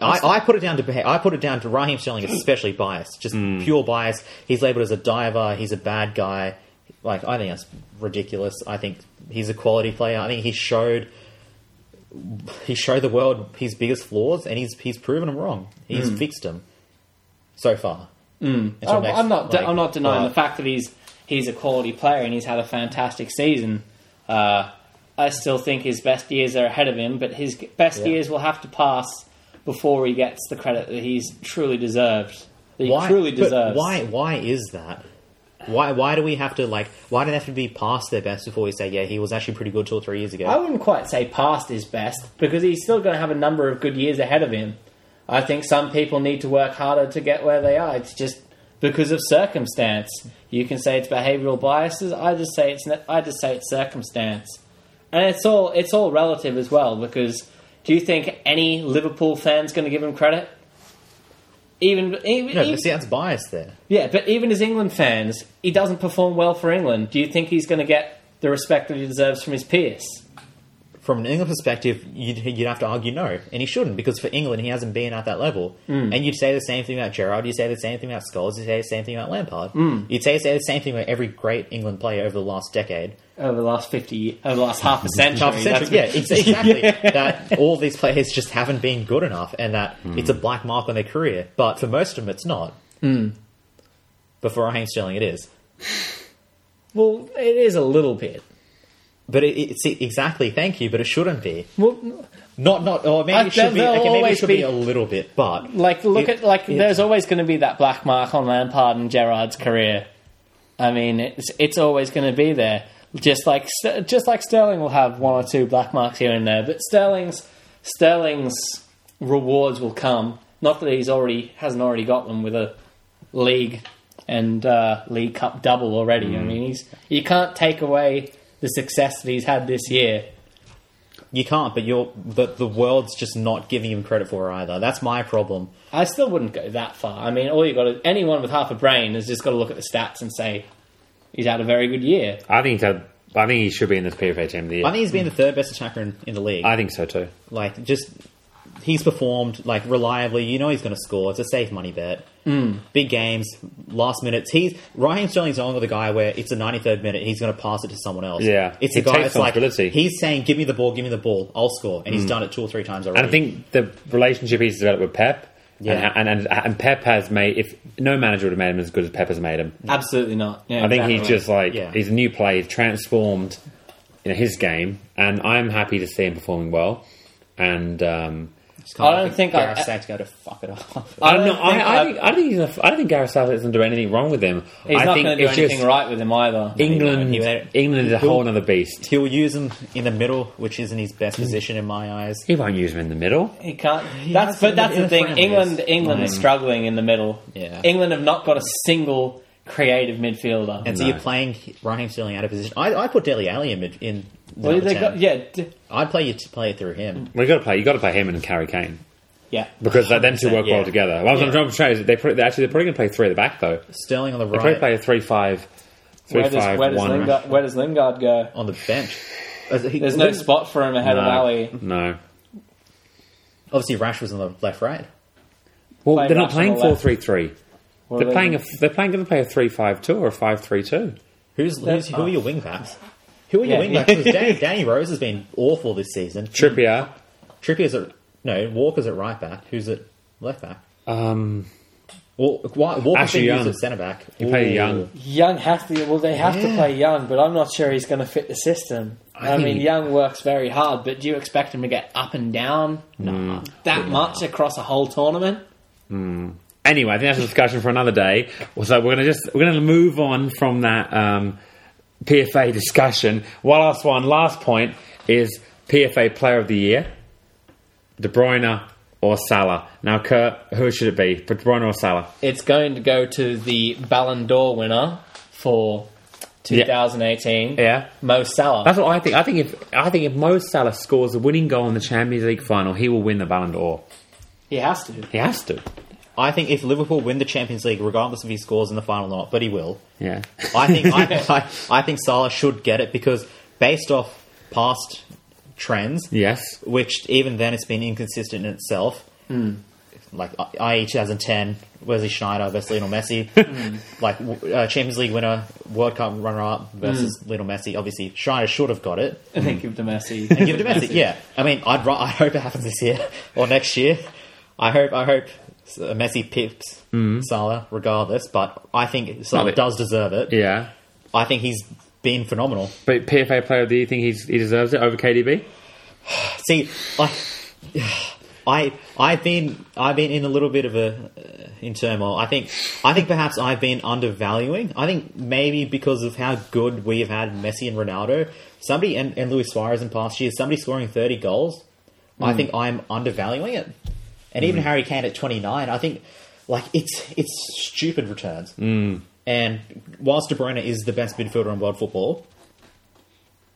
Speaker 3: I, I put it down to beha- I put it down to
Speaker 2: [CLEARS THROAT]
Speaker 3: Raheem Sterling is especially biased, just
Speaker 2: Hmm.
Speaker 3: pure bias. He's labeled as a diver. He's a bad guy. Like I think that's ridiculous. I think he's a quality player. I think he showed he showed the world his biggest flaws, and he's he's proven them wrong. He's fixed them so far. Mm.
Speaker 2: Hmm. I'm, I'm not. de- I'm not denying the fact that he's he's a quality player and he's had a fantastic season. Uh, I still think his best years are ahead of him, but his best
Speaker 3: Yeah.
Speaker 2: years will have to pass before he gets the credit that he's truly deserved. That he
Speaker 3: why,
Speaker 2: truly
Speaker 3: but
Speaker 2: deserves.
Speaker 3: Why? Why is that? Why? Why do we have to like? Why do they have to be past their best before we say, yeah, he was actually pretty good two or three years ago?
Speaker 2: I wouldn't quite say past his best because he's still going to have a number of good years ahead of him. I think some people need to work harder to get where they are. It's just because of circumstance. You can say it's behavioural biases. I just say it's ne- I just say it's circumstance, and it's all it's all relative as well. Because do you think any Liverpool fan's going to give him credit? Even even,
Speaker 3: no,
Speaker 2: even
Speaker 3: but see, that's biased there.
Speaker 2: yeah, but even as England fans, he doesn't perform well for England. Do you think he's going to get the respect that he deserves from his peers?
Speaker 3: From an England perspective, you'd, you'd have to argue no, and he shouldn't because for England he hasn't been at that level.
Speaker 2: Hmm.
Speaker 3: And you'd say the same thing about Gerrard, you'd say the same thing about Scholes, you'd say the same thing about Lampard,
Speaker 2: Hmm.
Speaker 3: you'd say, say the same thing about every great England player over the last decade.
Speaker 2: over the last 50 over the last half
Speaker 3: [LAUGHS]
Speaker 2: a century,
Speaker 3: half a century.
Speaker 2: that's-
Speaker 3: [LAUGHS] Yeah, ex- exactly. That all these players just haven't been good enough, and that it's a black mark on their career. But for most of them, it's not. But for Raheem Sterling, it is.
Speaker 2: [LAUGHS] well it is a little bit
Speaker 3: But it, it's exactly. Thank you. But it shouldn't be.
Speaker 2: well
Speaker 3: Not not. Or maybe
Speaker 2: I-
Speaker 3: it should be.
Speaker 2: there'll
Speaker 3: Okay, maybe it
Speaker 2: always
Speaker 3: should be,
Speaker 2: be-
Speaker 3: a little bit. But
Speaker 2: like look
Speaker 3: It-
Speaker 2: at like
Speaker 3: it-
Speaker 2: there's always going to be that black mark on Lampard and Gerrard's career I mean it's it's always going to be there just like St- just like Sterling will have one or two black marks here and there but Sterling's Sterling's rewards will come not that he's already hasn't already got them with a league and uh, league cup double already
Speaker 3: Mm.
Speaker 2: I mean he's you can't take away the success that he's had this year
Speaker 3: you can't. But you're. But the world's just not giving him credit for it either. That's my problem.
Speaker 2: I still wouldn't go that far. I mean, all you got to, anyone with half a brain has just got to look at the stats and say he's had a very good year.
Speaker 1: I think he's had- I think he should be in this PFA team of the year.
Speaker 3: I think he's been the third best attacker in, in the league.
Speaker 1: I think so too.
Speaker 3: like just he's performed like reliably. You know he's going to score. It's a safe money bet.
Speaker 1: Hmm.
Speaker 3: Mm. Big games, last minutes. He's Ryan Sterling's only the guy where it's the ninety third minute. He's going to pass it to someone else.
Speaker 1: Yeah.
Speaker 3: it's
Speaker 1: He
Speaker 3: the guy.
Speaker 1: takes
Speaker 3: that's like
Speaker 1: responsibility.
Speaker 3: he's saying, "Give me the ball, give me the ball. I'll score." And he's done it two or three times already.
Speaker 1: Hmm. And I think the relationship he's developed with Pep,
Speaker 3: Yeah.
Speaker 1: and, and, and and Pep has made if no manager would have made him as good as Pep has made him.
Speaker 2: Absolutely not. Yeah,
Speaker 1: I think
Speaker 2: exactly.
Speaker 1: he's just like
Speaker 3: Yeah.
Speaker 1: he's a new player, he's transformed you know, his game, and I'm happy to see him performing well. And um,
Speaker 3: It's kind of
Speaker 2: I don't
Speaker 3: like
Speaker 2: think
Speaker 3: Gareth
Speaker 2: I-
Speaker 3: Southgate's got to fuck it up.
Speaker 1: I
Speaker 2: don't
Speaker 1: don't know.
Speaker 2: think
Speaker 1: I,
Speaker 2: [LAUGHS] I-
Speaker 1: I, think, I, think he's a, I don't think Gareth Southgate doesn't do anything wrong with him.
Speaker 2: He's
Speaker 1: I
Speaker 2: not
Speaker 1: think
Speaker 2: going to do
Speaker 1: it's
Speaker 2: anything
Speaker 1: just
Speaker 2: right with him either.
Speaker 1: England.
Speaker 3: He won't.
Speaker 1: England is a whole other beast.
Speaker 3: He'll use him in the middle, which isn't his
Speaker 1: Hmm.
Speaker 3: best position in my eyes.
Speaker 1: He won't use him in the middle.
Speaker 2: He can't. that's
Speaker 3: has
Speaker 2: but
Speaker 3: to
Speaker 2: that's
Speaker 3: in
Speaker 2: the
Speaker 3: the
Speaker 2: thing.
Speaker 3: friendlies.
Speaker 2: England, England is struggling in the middle.
Speaker 3: Yeah.
Speaker 2: England have not got a single creative midfielder.
Speaker 3: And so
Speaker 1: No.
Speaker 3: you're playing Raheem Sterling out of position. I, I put Deli Alley in. mid- in the
Speaker 2: well,
Speaker 3: number
Speaker 2: they
Speaker 3: 10.
Speaker 2: got, yeah, d-
Speaker 3: I'd play you play it through him.
Speaker 1: We got to play. You got to play him and Carrie Kane
Speaker 2: yeah.
Speaker 1: because like, them two work
Speaker 3: 100%, yeah.
Speaker 1: well together. What I was
Speaker 3: Yeah.
Speaker 1: going to try is they put, they're actually they're probably going to play three at the back though.
Speaker 3: Sterling on the
Speaker 1: They probably
Speaker 3: right.
Speaker 1: play a three five, three
Speaker 2: Where does,
Speaker 1: five,
Speaker 2: where, does
Speaker 1: one.
Speaker 2: Lingard, where does Lingard go?
Speaker 3: on the bench. As he-
Speaker 2: There's no spot for him ahead
Speaker 1: no,
Speaker 2: of Ali.
Speaker 1: no.
Speaker 3: Obviously, Rash was on the left, right.
Speaker 1: Well,
Speaker 2: Play
Speaker 1: they're not
Speaker 2: Rush on
Speaker 1: playing
Speaker 2: the left.
Speaker 1: four three three.
Speaker 2: What are
Speaker 1: They're
Speaker 2: they
Speaker 1: playing.
Speaker 2: doing?
Speaker 1: A, they're playing. Going to play a three five two or a five three two.
Speaker 3: Who's, who's who are your wing backs? Who are your
Speaker 2: Yeah.
Speaker 3: wing backs? 'Cause
Speaker 1: [LAUGHS]
Speaker 3: Danny, Danny Rose has been awful this season.
Speaker 1: Trippier.
Speaker 3: Trippier's at no Walker's at right back. Who's at left back?
Speaker 1: Um,
Speaker 3: Well, Wa- Walker's
Speaker 1: Ashley
Speaker 3: been used
Speaker 1: Young.
Speaker 3: at centre back.
Speaker 1: you play
Speaker 3: Ooh.
Speaker 1: Young.
Speaker 2: Young has to. Well, they have to
Speaker 3: Yeah.
Speaker 2: play Young, but I'm not sure he's going to fit the system. I,
Speaker 1: think-
Speaker 2: mean, Young works very hard, but do you expect him to get up and down that much across a whole tournament?
Speaker 1: Anyway, I think that's a discussion for another day. So we're gonna just we're gonna move on from that um, PFA discussion. One last one. Last point is PFA Player of the Year. De Bruyne or Salah. Now, Kurt, who should it be? De Bruyne or Salah?
Speaker 2: It's going to go to the Ballon d'Or winner for 2018,
Speaker 1: Yeah.
Speaker 2: Mo Salah.
Speaker 1: That's what I think. I think if I think if Mo Salah scores the winning goal in the Champions League final, he will win the Ballon d'Or.
Speaker 2: he has to.
Speaker 1: He has to.
Speaker 3: I think if Liverpool win the Champions League, regardless if he scores in the final or not, but he will.
Speaker 1: Yeah.
Speaker 3: I
Speaker 1: [LAUGHS]
Speaker 3: think I, I, I think Salah should get it because based off past trends,
Speaker 1: yes.
Speaker 3: which even then it's been inconsistent in itself. Like I- E i.e. 2010, Wesley Schneider versus Lionel [LAUGHS] Messi, like w- uh, Champions League winner, World Cup runner-up versus Lionel Messi. Obviously, Schneider should have got [LAUGHS] it.
Speaker 2: I think give to Messi.
Speaker 3: Give it to Messi. Yeah, I mean, I'd ru- [LAUGHS] I hope it happens this year or next year. I hope I hope s- uh, Messi pips Salah regardless, but I think Salah
Speaker 1: but-
Speaker 3: does deserve Hmm. it.
Speaker 1: Yeah.
Speaker 3: I think he's been phenomenal.
Speaker 1: But PFA player, do you think he's, he deserves it over KDB?
Speaker 3: See, I, I, I've been, I've been in a little bit of a, uh, in turmoil. I think, I think perhaps I've been undervaluing. I think maybe because of how good we've had Messi and Ronaldo, somebody and, and Luis Suarez in past years, somebody scoring thirty goals.
Speaker 2: Hmm.
Speaker 3: I think I'm undervaluing it, and even Harry Kane at 29. I think, like it's it's stupid returns.
Speaker 2: Hmm.
Speaker 3: Mm. And whilst De Bruyne is the best midfielder in world football,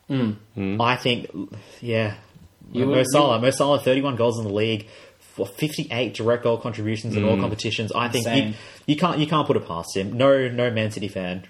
Speaker 3: I think, yeah,
Speaker 2: Hmm. You
Speaker 3: Mo
Speaker 2: would-
Speaker 3: Salah. Mo Salah, 31 goals in the league, for 58 direct goal contributions in all
Speaker 1: Mm.
Speaker 3: competitions. I think you,
Speaker 2: Insane.
Speaker 3: you can't you can't put it past him. No, no Man City fan.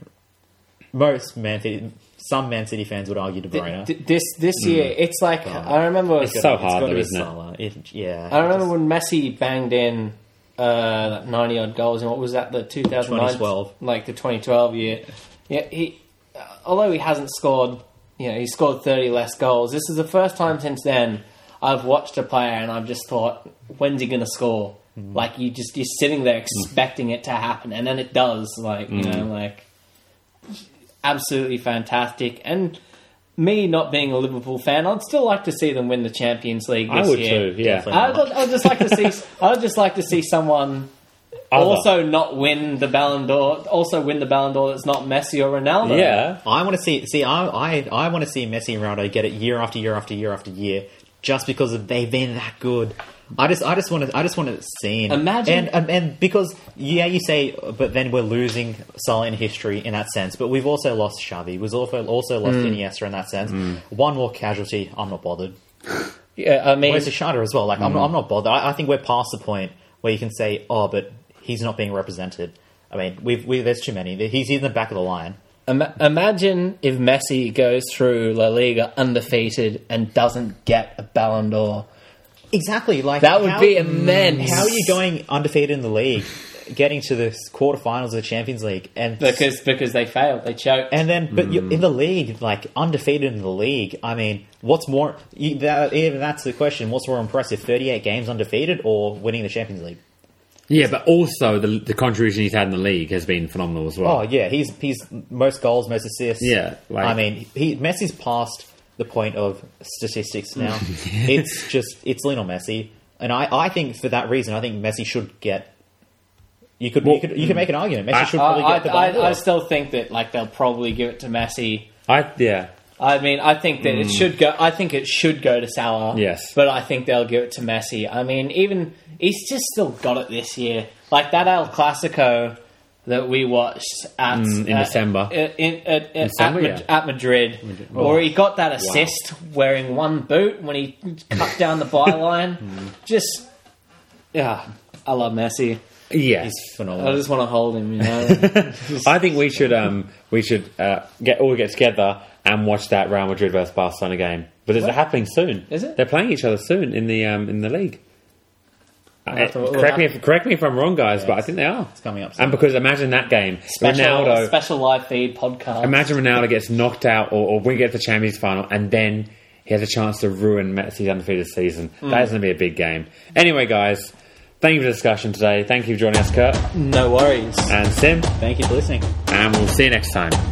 Speaker 3: Most Man City, some Man City fans would argue De Bruyne.
Speaker 2: Th- this this year, it's like I remember.
Speaker 1: It's so hard,
Speaker 3: gotta
Speaker 1: though,
Speaker 3: be
Speaker 1: isn't it?
Speaker 3: Salah. It- yeah,
Speaker 2: I remember when Messi banged in uh, ninety odd goals, and what was that? The 2012,
Speaker 3: 2012.
Speaker 2: like the twenty twelve year. Yeah, he uh, although he hasn't scored, you know, he scored thirty less goals. This is the first time since then I've watched a player and I've just thought, when's he going to score?
Speaker 1: Mm.
Speaker 2: Like you just you're sitting there expecting it to happen, and then it does. Like you know,
Speaker 1: Mm.
Speaker 2: like absolutely fantastic and. Me not being a Liverpool fan, I'd still like to see them win the Champions League. This
Speaker 1: I would
Speaker 2: year.
Speaker 1: too. Yeah.
Speaker 3: Definitely.
Speaker 2: I would, I would just like to see. I would just like to see someone
Speaker 1: Other.
Speaker 2: also not win the Ballon d'Or. Also win the Ballon d'Or that's not Messi or Ronaldo.
Speaker 1: Yeah.
Speaker 3: I want to see see I I, I want to see Messi and Ronaldo get it year after year after year after year just because of, they've been that good. I just I just want to I just want to see it.
Speaker 2: Imagine-
Speaker 3: and, and and because yeah you say but then we're losing Salah in history in that sense but we've also lost Xavi we've also also lost Iniesta in that sense one more casualty I'm not bothered
Speaker 2: Yeah, I mean,
Speaker 3: where's Ishada as well like I'm, not, I'm not bothered I, I think we're past the point where you can say oh but he's not being represented I mean we've we, there's too many he's in the back of the line
Speaker 2: ima- imagine if Messi goes through La Liga undefeated and doesn't get a Ballon d'Or.
Speaker 3: exactly like
Speaker 2: That would
Speaker 3: how-
Speaker 2: be immense.
Speaker 3: How are you going undefeated in the league, getting to the quarterfinals of the Champions League, and
Speaker 2: Because because they failed, they choked.
Speaker 3: and then but
Speaker 2: Hmm.
Speaker 3: you're in the league, like undefeated in the league. I mean, what's more? You, that, even that's the question. What's more impressive, thirty-eight games undefeated or winning the Champions League?
Speaker 1: Yeah, but also the, the contribution he's had in the league has been phenomenal as well.
Speaker 3: Oh yeah, he's he's most goals, most assists.
Speaker 1: Yeah, like-
Speaker 3: I mean, he Messi's past the point of
Speaker 1: [LAUGHS]
Speaker 3: statistics now. it's just it's Lionel Messi, and I, I think for that reason, I think Messi should get. You could
Speaker 1: Well,
Speaker 3: you could you could make an argument. Messi
Speaker 1: I-
Speaker 3: should
Speaker 2: I,
Speaker 3: probably
Speaker 2: I,
Speaker 3: get the Ballon
Speaker 2: I, I
Speaker 3: d'Or.
Speaker 2: still think that like they'll probably give it to Messi.
Speaker 1: I yeah.
Speaker 2: I mean, I think that it should go. I think it should go to Salah.
Speaker 1: Hmm. Yes.
Speaker 2: but I think they'll give it to Messi. I mean, even he's just still got it this year. Like that El Clasico that we watched at
Speaker 1: Hmm, in
Speaker 2: uh,
Speaker 1: December.
Speaker 2: uh, in, at- at-
Speaker 1: December,
Speaker 2: at, Ma-
Speaker 1: yeah. Oh,
Speaker 2: at Madrid, where he got that assist wearing one boot when he cut down
Speaker 1: [LAUGHS]
Speaker 2: the byline.
Speaker 1: Hmm.
Speaker 2: Just yeah, I love Messi.
Speaker 1: Yes.
Speaker 3: It's
Speaker 2: I
Speaker 3: phenomenal.
Speaker 2: just want to hold him. You
Speaker 1: [LAUGHS]
Speaker 2: know,
Speaker 1: I think we should um we should uh, get all get together and watch that Real Madrid versus Barcelona game. But it's happening soon.
Speaker 2: Is it?
Speaker 1: They're playing each other soon in the um in the league. Uh,
Speaker 2: have to- we'll
Speaker 1: correct me
Speaker 2: have-
Speaker 1: if correct me if I'm wrong, guys, but I think they are. It's
Speaker 3: coming up soon.
Speaker 1: And because imagine that game,
Speaker 2: special,
Speaker 1: Ronaldo.
Speaker 2: special live feed podcast.
Speaker 1: Imagine Ronaldo gets knocked out or, or we get to the Champions final and then he has a chance to ruin Messi's undefeated season. That is going to be a big game. Anyway, guys, thank you for the discussion today. Thank you for joining us, Kurt
Speaker 2: no worries.
Speaker 1: and Sim,
Speaker 3: Thank you for listening.
Speaker 1: and we'll see you next time.